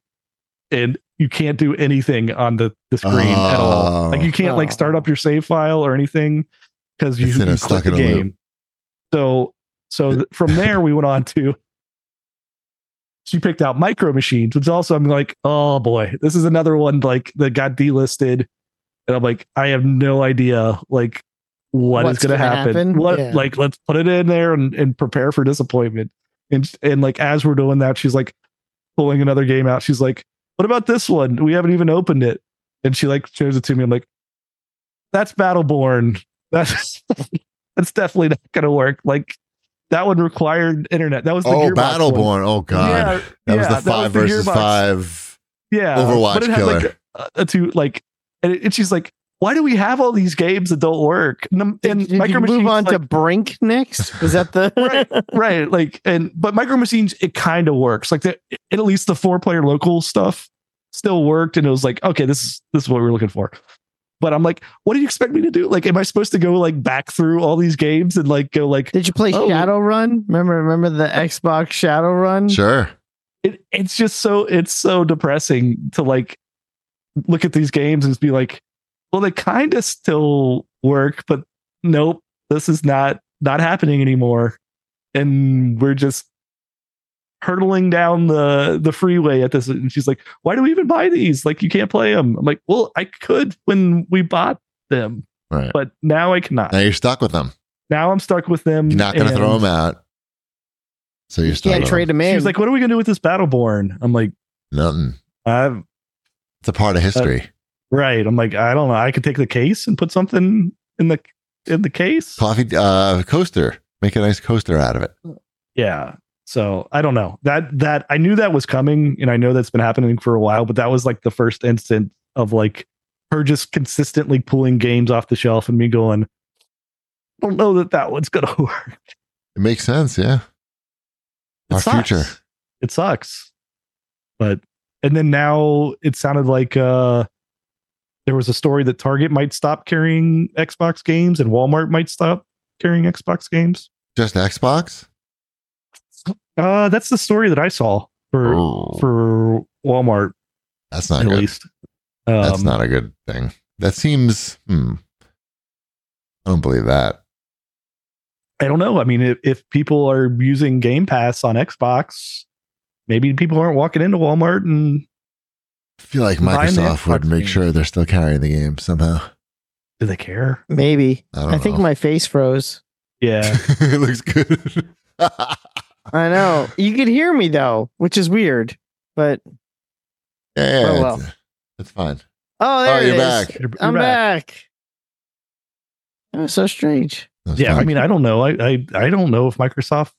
S3: and you can't do anything on the, the screen at all like you can't like
S2: Oh.
S3: start up your save file or anything because you,
S1: It's in a-
S3: you
S1: stuck
S3: stuck the
S1: in a loop.
S3: game so so th- from there we went on to she picked out micro machines which also i'm like oh boy this is another one like that got delisted and i'm like i have no idea like What's
S2: What's
S3: going to
S2: gonna
S3: happen,
S2: happen?
S3: What,
S2: Yeah.
S3: like let's put it in there and, and prepare for disappointment and and like as we're doing that she's like pulling another game out she's like what about this one we haven't even opened it and she like shows it to me i'm like that's battleborn that's that's definitely not going to work like that one required internet that was the
S1: Oh,
S3: Gearbox
S1: Battleborn.
S3: one.
S1: Oh, God.
S3: yeah,
S1: that was
S3: yeah,
S1: the five versus
S3: Gearbox.
S1: five
S3: yeah
S1: Overwatch
S3: it had,
S1: killer.
S3: like a, a two like and, it- and she's like why do we have all these games that don't work and, the-
S2: And
S3: and
S2: did, did you
S3: Micro
S2: move
S3: Machines,
S2: on
S3: like-
S2: to Brink next? Was that the
S3: Right. right like and but micro machines it kind of works like the at least the four player local stuff still worked and it was like okay this is this is what we we're looking for but i'm like what do you expect me to do like am i supposed to go like back through all these games and like go like
S2: Did you play
S3: Oh.
S2: Shadowrun? Remember, remember the Xbox Shadowrun?
S1: Sure.
S3: it, it's just so it's so depressing to like look at these games and just be like well they kind of still work but nope this is not not happening anymore and we're just hurtling down the the freeway at this and she's like why do we even buy these like you can't play them i'm like well i could when we bought them
S1: Right.
S3: but now i cannot
S1: Now you're stuck with them.
S3: now i'm stuck with them
S1: You're not going to
S3: and-
S1: throw them out. So you're still
S2: Can't trade him in.
S3: She was like, "What are we gonna do with this Battleborn?" I'm like,
S1: nothing.
S3: "I've
S1: It's a part of history.
S3: right." I'm like, "I don't know. I could take the case and put something in the in the case."
S1: Coffee uh, coaster. Make a nice coaster out of it.
S3: Yeah. So I don't know that that I knew that was coming, and I know that's been happening for a while, but that was like the first instant of like her just consistently pulling games off the shelf and me going, I don't know that that one's gonna work.
S1: It makes sense. Yeah.
S3: It
S1: Our
S3: sucks.
S1: future.
S3: It sucks. But and then now it sounded like uh there was a story that Target might stop carrying Xbox games and Walmart might stop carrying Xbox games.
S1: Just Xbox.
S3: Uh that's the story that I saw for
S1: Ooh,
S3: for Walmart
S1: that's not
S3: at
S1: good.
S3: least. Um,
S1: That's not a good thing. That seems. Hmm. I don't believe that.
S3: I don't know. I mean, if, if people are using Game Pass on Xbox, maybe people aren't walking into Walmart and
S1: I feel like
S3: Buy an
S1: Microsoft would
S3: Xbox
S1: make
S3: game.
S1: sure they're still carrying the game somehow.
S3: do they care?
S2: Maybe.
S1: I don't
S2: I, think
S1: know.
S2: my face froze.
S3: Yeah.
S1: it looks good.
S2: I know. You could hear me though, which is weird. But
S1: Yeah,
S2: Oh,
S1: yeah,
S2: well.
S1: it's- That's fine.
S2: oh, there
S1: Oh,
S2: it
S1: you're
S2: is.
S1: back.
S3: You're-
S2: I'm
S3: you're
S2: back. That was so strange.
S1: That's
S3: Yeah. I
S1: fine.
S3: mean, I don't know. I, I, I don't know if Microsoft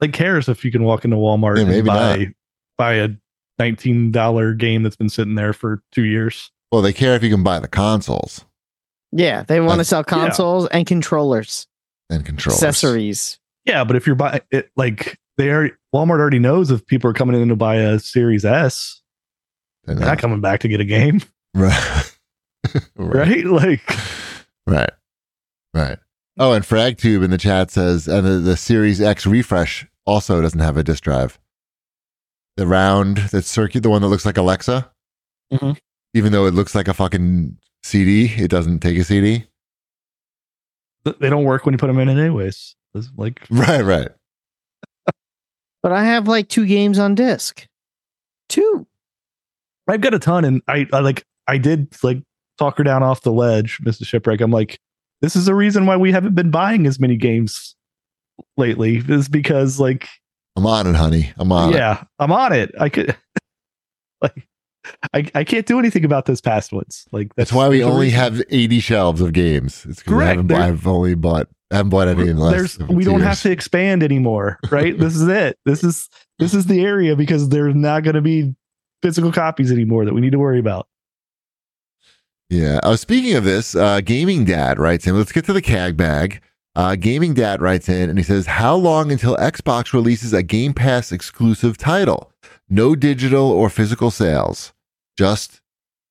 S3: like cares if you can walk into Walmart
S1: Yeah,
S3: and
S1: maybe
S3: buy, buy a $19 game that's been sitting there for two years.
S1: well, they care if you can buy the consoles
S2: Yeah, they want to
S1: That's-
S2: sell consoles and controllers,
S1: and controllers.
S2: accessories.
S3: Yeah. But if you're buying it, like they are, Walmart already knows if people are coming in to buy a Series S,
S1: They're
S3: they're not
S1: not-
S3: coming back to get a game,
S1: Right. right.
S3: right? Like,
S1: Right. Right. Oh, and FragTube in the chat says, and the, the Series X refresh also doesn't have a disk drive. The round that's circuit, the one that looks like Alexa,
S3: Mm-hmm.
S2: Mhm.
S1: even though it looks like a fucking CD, it doesn't take a CD.
S3: th- they don't work when you put them in it anyways. It's like
S1: Right. Right.
S2: But I have like two games on disc. Two.
S3: I've got a ton, and I, I like I did like talk her down off the ledge, Mrs. Shipwreck. I'm like, this is the reason why we haven't been buying as many games lately is because like
S1: I'm on it, honey. I'm on it.
S3: yeah, I'm on it. I could like I I can't do anything about those past ones. Like
S1: That's why we
S3: the
S1: only
S3: reason.
S1: have 80 shelves of games. It's 'cause I
S3: Correct.
S1: haven't,
S3: There-
S1: I've only bought, I haven't bought any in the last.
S3: there's
S1: two
S3: we don't
S1: years.
S3: have to expand anymore right this is it this is this is the area because there's not going to be physical copies anymore that we need to worry about
S1: Yeah. Uh, speaking of this, uh, Gaming Dad writes in. Let's get to the CAG bag. Uh, Gaming Dad writes in and he says, How long until Xbox releases a Game Pass exclusive title? No digital or physical sales, just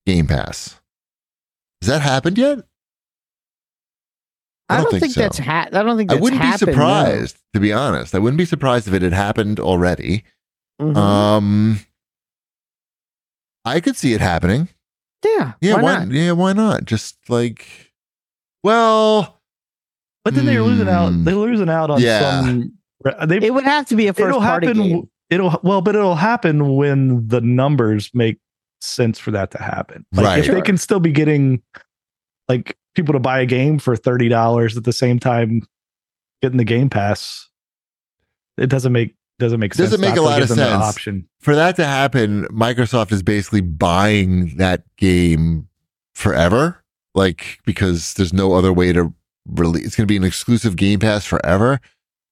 S1: Game Pass. Has that happened yet?
S2: I don't, think,
S1: so.
S2: that's ha- I don't think
S1: I
S2: that's
S1: wouldn't
S2: happened,
S1: be
S2: no.
S1: surprised, to be honest. I wouldn't be surprised if it had happened already.
S2: Mhm.
S1: Um, I could see it happening.
S2: yeah.
S1: Yeah,
S2: why,
S1: why,
S2: not?
S1: yeah, why not? Just like, well,
S3: but then they're losing out
S1: Hmm.
S3: they're losing out on
S1: Yeah.
S3: some they
S2: It would have to be a first
S3: it'll
S2: party
S3: happen
S2: game.
S3: it'll well but it'll happen when the numbers make sense for that to happen like if
S1: Right.
S3: they can still be getting like people to buy a game for $30 at the same time getting the game pass it doesn't make doesn't make sense
S1: Doesn't make a
S3: not to
S1: lot
S3: give
S1: of
S3: them that
S1: sense.
S3: option
S1: for that to happen, Microsoft is basically buying that game forever, like because there's no other way to release. It's going to be an exclusive Game Pass forever.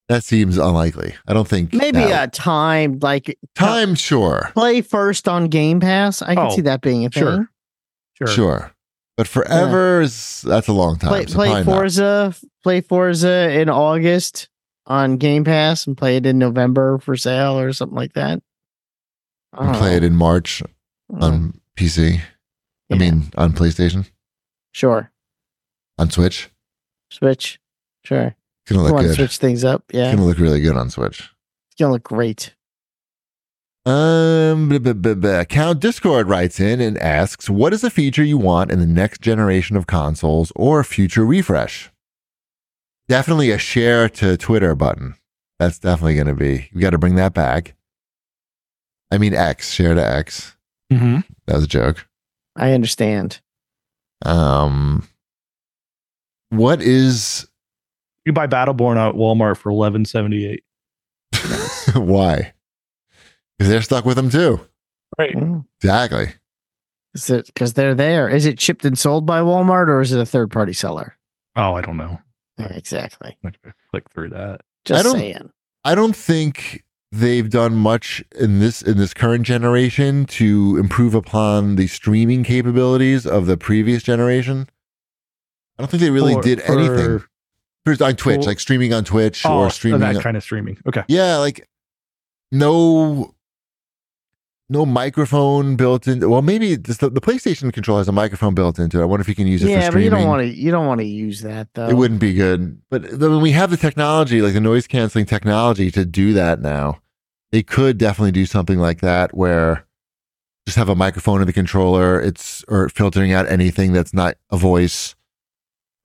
S1: That seems unlikely. I don't think
S2: Maybe uh,
S1: that-
S2: a time like
S1: time. Sure,
S2: play first on Game Pass. I can
S3: Oh,
S2: see that being a thing.
S3: sure. sure,
S1: sure, but forever is that's a long time.
S2: Play,
S1: so
S2: play
S1: probably not.
S2: Forza, play Forza in August on Game Pass, and play it in November for sale or something like that. I
S1: And
S2: don't
S1: play
S2: know.
S1: it in March
S2: Uh-huh. Mm,
S1: on PC. I
S2: yeah.
S1: mean, on PlayStation,
S2: sure,
S1: on Switch.
S2: Switch, sure.
S1: It's gonna
S2: You
S1: look
S2: want to
S1: good.
S2: switch things up? Yeah,
S1: It's gonna look really good on Switch.
S2: it's gonna look great.
S1: Um, blah, blah, blah, blah. Count Discord writes in and asks, "What is a feature you want in the next generation of consoles or future refresh?" Definitely a share to Twitter button. That's definitely going to be. We got to bring that back. I mean, X share to X.
S3: Mm-hmm.
S1: That was a joke.
S2: I understand.
S1: Um, what is
S3: you buy battleborn out at walmart for 1178
S1: Why? Because they're stuck with them too.
S3: Right.
S1: Mm. Exactly.
S2: Is it because they're there? Is it shipped and sold by Walmart or is it a third party seller?
S3: Oh, I don't know.
S2: Exactly.
S3: I'm gonna Click through that.
S1: I
S2: Just
S1: don't-
S2: saying.
S1: I don't think they've done much in this in this current generation to improve upon the streaming capabilities of the previous generation. I don't think they really
S3: For-
S1: did
S3: for-
S1: anything. First on Twitch,
S3: for-
S1: like streaming on Twitch
S3: Oh,
S1: or streaming
S3: that
S1: on-
S3: kind of streaming. Okay.
S1: Yeah, like no no microphone built in. Well, maybe just the, the PlayStation control has a microphone built into it. I wonder if you can use it for
S2: Yeah, but
S1: streaming.
S2: you don't want to. You don't want to use that though.
S1: It wouldn't be good. But then when we have the technology, like the noise canceling technology to do that now, they could definitely do something like that where just have a microphone in the controller, it's or filtering out anything that's not a voice.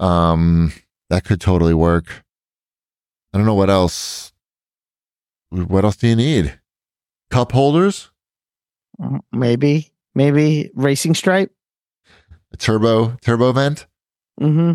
S1: Um that could totally work. I don't know what else. What else do you need? Cup holders,
S2: Maybe. Maybe racing stripe.
S1: a turbo turbo vent.
S2: hmm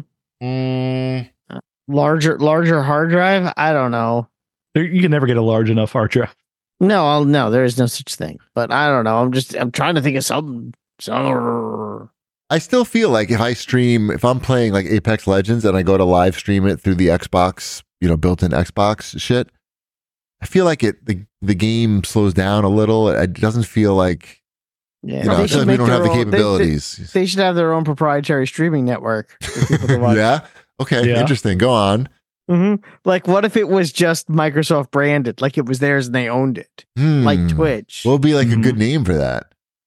S2: Larger, larger hard drive. I don't know.
S3: There, you can never get a large enough hard drive.
S2: No, I'll, no, there is no such thing. But I don't know. I'm just. I'm trying to think of something. Some.
S1: I still feel like if I stream, if I'm playing like Apex Legends and I go to live stream it through the Xbox, you know, built-in Xbox shit, I feel like it the the game slows down a little. It doesn't feel like
S2: Yeah,
S1: you know,
S2: they
S1: it
S2: should
S1: doesn't- we
S2: make
S1: don't have
S2: their
S1: the
S2: own- they- they-
S1: capabilities.
S2: They, should have their own proprietary streaming network. for people to watch.
S1: yeah. Okay.
S3: Yeah.
S1: Interesting. Go on.
S2: hmm Like, what if it was just Microsoft branded? Like it was theirs and they owned it,
S1: Hmm.
S2: like Twitch.
S1: What would be like a good
S3: Mhm.
S1: name for that?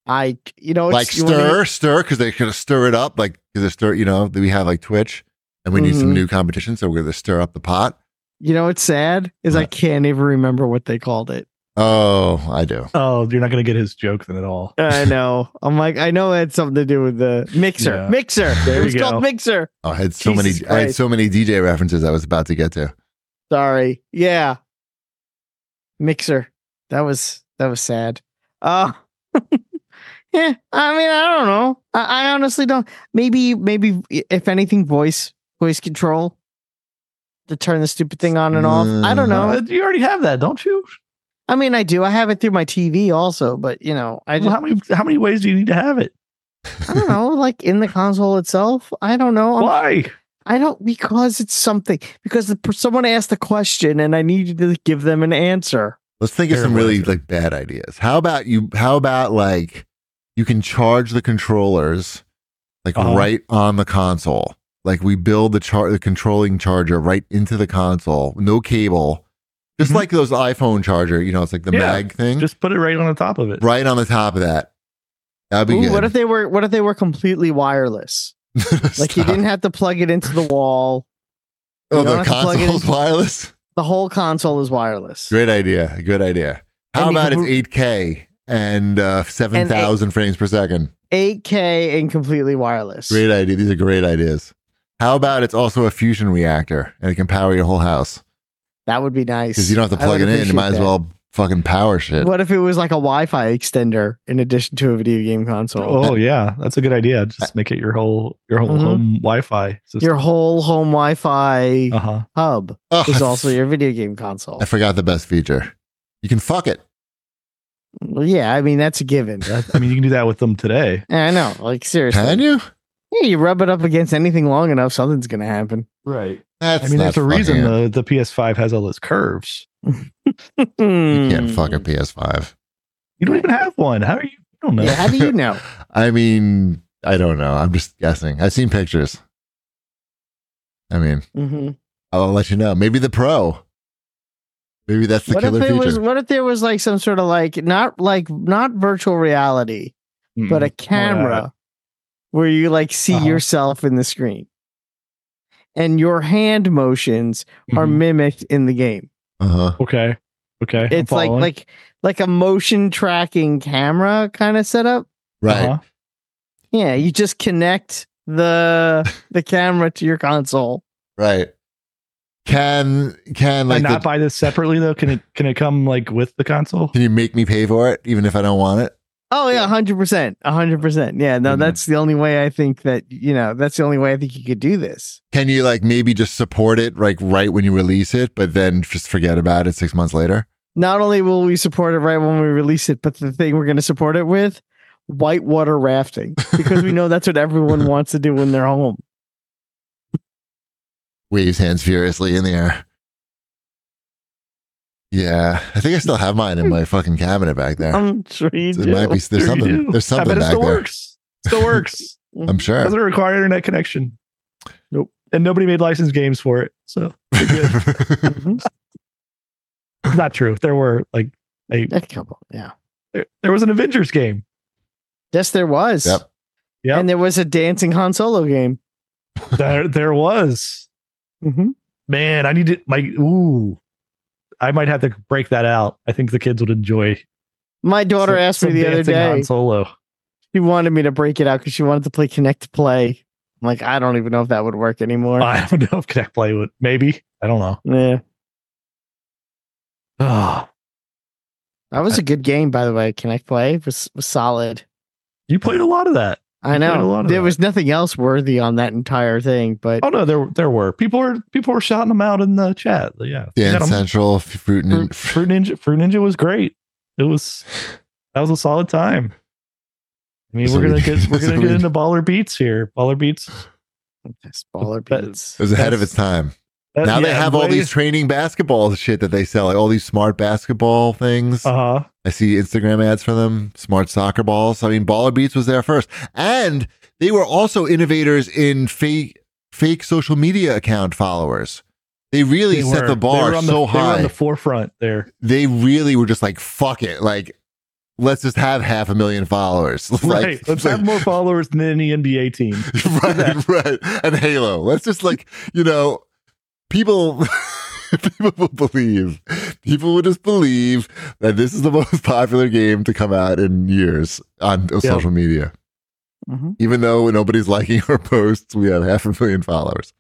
S2: I, you know, it's,
S1: like
S2: you wanna-
S1: stir, stir, because they could stir it up. Like because they stir, you know, we have like Twitch, and we need some
S2: Mhm.
S1: new competition, so we're gonna stir up the pot.
S2: You know, it's sad is I
S1: What?
S2: can't even remember what they called it.
S1: Oh, I do.
S3: Oh, you're not gonna get his joke then at all.
S2: I know. I'm like, I know it had something to do with the mixer.
S3: Yeah.
S2: Mixer.
S3: There
S2: it was
S3: you go.
S2: called mixer.
S1: Oh, I had so
S2: Jesus
S1: many. I had
S2: Christ.
S1: so many DJ references. I was about to get to.
S2: Sorry. Yeah. Mixer. That was that was sad. Uh yeah. I mean, I don't know. I, I honestly don't. Maybe maybe if anything, voice voice control to turn the stupid thing on and off. I don't know.
S3: Uh, you already have that, don't you?
S2: I mean, I do. I have it through my TV also, but you know, I just
S3: Well, how many how many ways do you need to have it?
S2: I don't know, like in the console itself. I don't know. I'm-
S3: Why?
S2: I don't because it's something because the, per- someone asked a question and I needed to give them an answer.
S1: Let's think of some
S3: Terrible
S1: really
S3: idea.
S1: like bad ideas. How about you? How about like you can charge the controllers like
S3: Uh-huh.
S1: right on the console. Like we build the char- the controlling charger right into the console. No cable, just
S3: Mhm.
S2: Mm-hmm.
S1: like those iPhone charger. You know, it's like the
S3: Yeah,
S1: mag thing,
S3: Just put it right on the top of it.
S1: right on the top of that. That'd be
S2: Ooh,
S1: good.
S2: what if they were what if they were completely wireless? Like you
S1: Stop.
S2: didn't have to plug it into the wall.
S1: Oh,
S2: you
S1: the
S2: don't have to plug it
S1: console's
S2: in.
S1: wireless.
S2: The whole console is wireless.
S1: Great idea. Good idea. How
S2: And you
S1: about
S2: can
S1: it's 8K and uh, 7,000 frames per second?
S2: 8K and completely wireless.
S1: Great idea. These are great ideas. How about it's also a fusion reactor and it can power your whole house
S2: That would be nice.
S1: because you don't have to
S2: I
S1: plug
S2: would
S1: it in. You might as
S2: appreciate
S1: well fucking power shit.
S2: that. What if it was like a Wi-Fi extender in addition to a video game console?
S3: Oh yeah, that's a good idea. Just make it your whole your whole
S2: Mhm.
S3: home Wi-Fi system.
S2: Your whole home Wi-Fi
S3: uh huh.
S2: hub.
S1: Oh,
S2: is also your video game console.
S1: I forgot the best feature. You can fuck it.
S2: Well, yeah, I mean that's a given.
S3: I mean, you can do that with them today.
S2: I know, like seriously.
S1: Can you?
S2: Yeah, you rub it up against anything long enough, something's gonna happen.
S3: Right.
S1: That's
S3: I mean,
S1: not
S3: there's a
S1: fucking
S3: reason
S1: it.
S3: the, the PS5 has all those curves.
S1: you
S2: You
S1: can't fuck a PS5.
S3: You don't even have one. How are you? I don't know.
S2: Yeah, how do you know?
S1: I mean, I don't know. I'm just guessing. I've seen pictures. I mean,
S2: hmm
S1: I'll let you know. Maybe the pro. Maybe that's the
S2: What if
S1: killer
S2: there
S1: feature.
S2: was what if there was like some sort of like not like not virtual reality,
S3: Mm-mm.
S1: Mm. Oh,
S2: but a camera where you like see
S3: Uh-huh.
S2: yourself in the screen. And your hand motions are
S1: Mm-hmm.
S3: Mhm.
S2: mimicked in the game.
S1: uh huh.
S3: okay. Okay. I'm
S2: It's like
S3: following.
S2: like like a motion tracking camera kind of setup.
S1: Right.
S3: Uh-huh.
S2: Yeah, you just connect the the camera to your console.
S1: Right. Can can like
S3: and not
S1: the-
S3: buy this separately though. Can it can it come like with the console?
S1: can you make me pay for it even if I don't want it?
S2: Oh yeah, hundred percent, hundred percent. Yeah, no,
S3: Mhm.
S2: that's the only way I think that you know. That's the only way I think you could do this.
S1: Can you like maybe just support it like right when you release it, but then just forget about it six months later?
S2: Not only will we support it right when we release it, but the thing we're going to support it with whitewater rafting because we know that's what everyone wants to do when they're home.
S1: Waves hands furiously in the air. Yeah, I think I still have mine in my fucking cabinet back
S3: Um,
S1: there.
S2: I'm sure you
S1: There
S2: do.
S1: might be there's
S3: Sure you
S1: something
S3: do.
S1: there's
S3: I
S1: something
S3: bet it
S1: back
S3: still
S1: there.
S3: works. Still works.
S1: I'm sure.
S3: Doesn't require internet connection. Nope. And nobody made licensed games for it. So Mm-hmm.
S2: Mhm.
S3: not true. There were like a
S2: A couple, yeah.
S3: there, there was an Avengers game.
S2: Yes, there was.
S1: Yep.
S3: Yep.
S2: And there was a dancing Han Solo game.
S3: There there was.
S2: Mm-hmm.
S3: Man, I need to my ooh. I might have to break that out. I think the kids would enjoy.
S2: My daughter
S3: some-
S2: asked me
S3: some
S2: the other
S3: dancing Han
S2: day.
S3: Solo.
S2: She wanted me to break it out because she wanted to play Connect to Play. I'm like, I don't even know if that would work anymore.
S3: I don't know if Connect Play would. Maybe I don't know.
S2: yeah.
S3: Ah,
S2: That was a good game, by the way. Connect Play was, was solid.
S3: you played a lot of that.
S2: I
S3: You played a lot
S2: know.
S3: of
S2: There
S3: that.
S2: was nothing else worthy on that entire thing, but
S3: Oh no, there there were people were people were shouting them out in the chat. Yeah,
S1: Dance
S3: Shout 'em.
S1: Central, Fruit
S3: Fruit,
S1: and
S3: Fruit Ninja Fruit Ninja was great. It was that was a solid time. I mean,
S1: That's
S3: we're
S1: what
S3: gonna
S1: we
S3: get
S1: need.
S3: we're
S1: That's
S3: gonna
S1: what we
S3: get
S1: need.
S3: into Baller Beats here. Baller Beats.
S2: Yes, baller
S3: But- uh,
S1: It was ahead of its time.
S3: That-
S1: Now they
S3: yeah,
S1: have all
S3: way-
S1: these training basketball shit that they sell, like all these smart basketball things.
S3: Uh-huh.
S1: I see Instagram ads for them, smart soccer balls. I mean, Baller Beats was there first, and they were also innovators in fake fake social media account followers. They really set
S3: were-
S1: the bar
S3: were on
S1: so
S3: They were
S1: high.
S3: on the forefront there.
S1: they really were just like, "Fuck it!" Like, let's just have half a million followers. Like,
S3: right. Let's have more followers than any NBA team.
S1: right, right. And Halo. Let's just like, you know, people people will believe. People will just believe that this is the most popular game to come out in years on social media.
S2: Mhm.
S1: Even though nobody's liking our posts, we have half a million followers.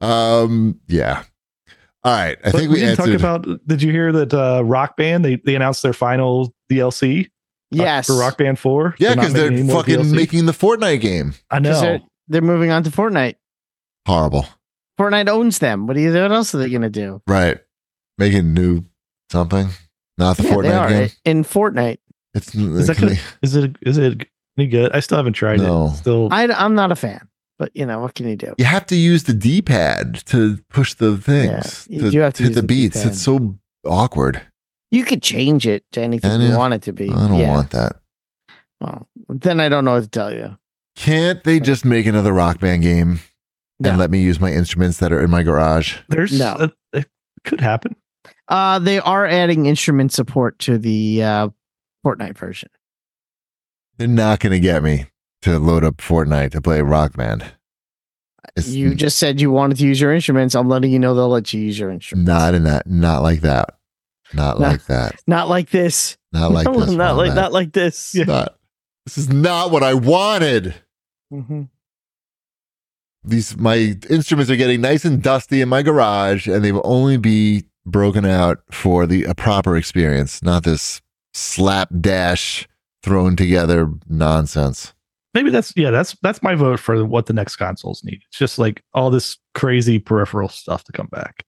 S1: Um, yeah. All right. I
S3: But
S1: think we,
S3: didn't
S1: answered
S3: talk about did you hear that uh Rock Band they, they announced their final DLC uh,
S2: yes.
S3: for Rock Band 4?
S1: Yeah,
S3: They're not
S1: because they're,
S3: making any more
S1: fucking
S3: DLC.
S1: making the Fortnite game.
S3: I
S2: 'Cause
S3: know.
S2: They're, they're moving on to Fortnite.
S1: Horrible.
S2: Fortnite owns them. What do you? What else are they going to do?
S1: Right. Making new something. Not the
S2: Yeah, they
S1: Fortnite
S2: are
S1: game.
S2: in Fortnite.
S1: It's
S3: that
S1: can
S3: good?
S1: they-
S3: Is it is it any good? I still haven't tried
S1: No.
S3: it. Still
S2: I, I'm not a fan, but you know what can you do?
S1: you have to use the D-pad to push the things.
S2: you do have to
S1: hit
S2: use
S1: the
S2: the
S1: beats.
S2: D-pad.
S1: It's so awkward.
S2: You could change it to anything
S1: And
S2: you
S1: if-
S2: want it to be.
S1: I don't
S2: yeah.
S1: want that.
S2: Well, then I don't know what to tell you.
S1: Can't they just make another rock band game
S2: No.
S1: and let me use my instruments that are in my garage?
S3: there's
S2: No.
S3: uh, it could happen.
S2: Uh, they are adding instrument support to the uh, Fortnite version.
S1: They're not going to get me to load up Fortnite to play rock band. It's
S2: You just said you wanted to use your instruments. I'm letting you know they'll let you use your instruments.
S1: not in that. Not like that. Not
S2: No.
S1: like that.
S2: Not like this.
S1: Not like this. one,
S2: not like
S1: man.
S2: not like this.
S1: It's not- This is not what I wanted.
S2: Mhm.
S1: these my instruments are getting nice and dusty in my garage and they will only be broken out for the a proper experience not this slapdash thrown together nonsense
S3: Maybe that's yeah, that's that's my vote for what the next consoles need. It's just like all this crazy peripheral stuff to come back.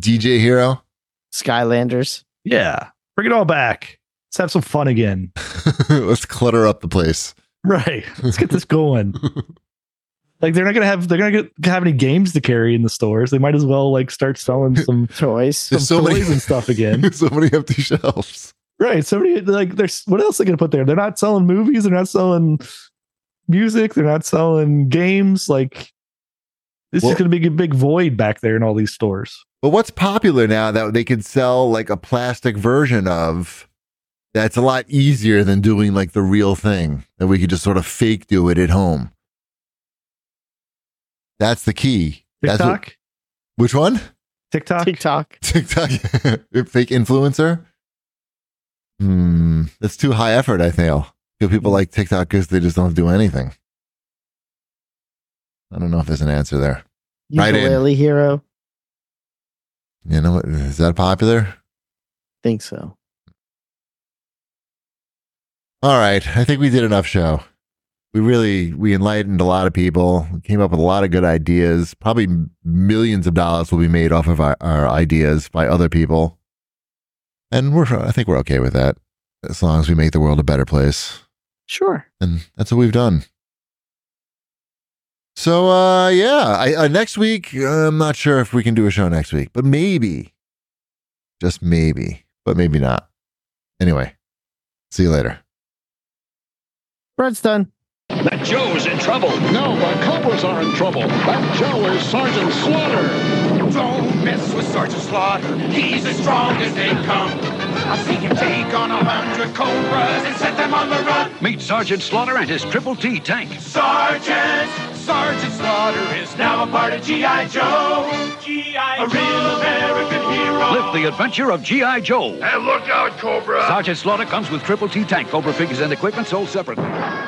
S1: dj hero
S2: Skylanders.
S3: Yeah. Bring it all back. Let's have some fun again.
S1: let's clutter up the place
S3: Right. Let's get this going. like they're not gonna have they're gonna get, have any games to carry in the stores. They might as well like start selling some
S2: Toys.
S3: some
S1: There's so many-
S3: toys and stuff again.
S1: so many empty shelves
S3: right. Somebody like there's what else they gonna put there? They're not selling movies, they're not selling music, they're not selling games, like this
S1: Well-
S3: is gonna be a big void back there in all these stores.
S1: but what's popular now that they could sell like a plastic version of that's a lot easier than doing like the real thing that we could just sort of fake do it at home that's the key that's what-
S3: TikTok?
S1: Which one?
S3: TikTok?
S2: TikTok.
S1: TikTok fake influencer? Hmm, that's too high effort. I feel. Do people like TikTok because they just don't do anything? I don't know if there's an answer there. Right in.
S2: Ukulele hero.
S1: You know what? Is that popular?
S2: Think so.
S1: All right, I think we did enough show. We really we enlightened a lot of people. We came up with a lot of good ideas. Probably millions of dollars will be made off of our, our ideas by other people. and we're I think we're okay with that as long as we make the world a better place,
S2: Sure.
S1: and that's what we've done. So uh, yeah, I, uh, next week uh, I'm not sure if we can do a show next week, but maybe, just maybe, but maybe not. Anyway, see you later.
S2: Bread's done.
S4: That Joe's in trouble. No, the coppers are in trouble. That Joe is Sergeant Slaughter.
S5: Don't mess with Sergeant Slaughter. He's as strong as they come. I've seen him take on a hundred cobras and set them on the run.
S4: Meet Sergeant Slaughter and his Triple T tank.
S5: Sergeant, Sergeant Slaughter is now a part of G.I. Joe. G.I. A real American hero.
S4: Live the adventure of G.I. Joe.
S5: and look out, Cobra.
S4: Sergeant Slaughter comes with Triple T tank. Cobra figures and equipment sold separately.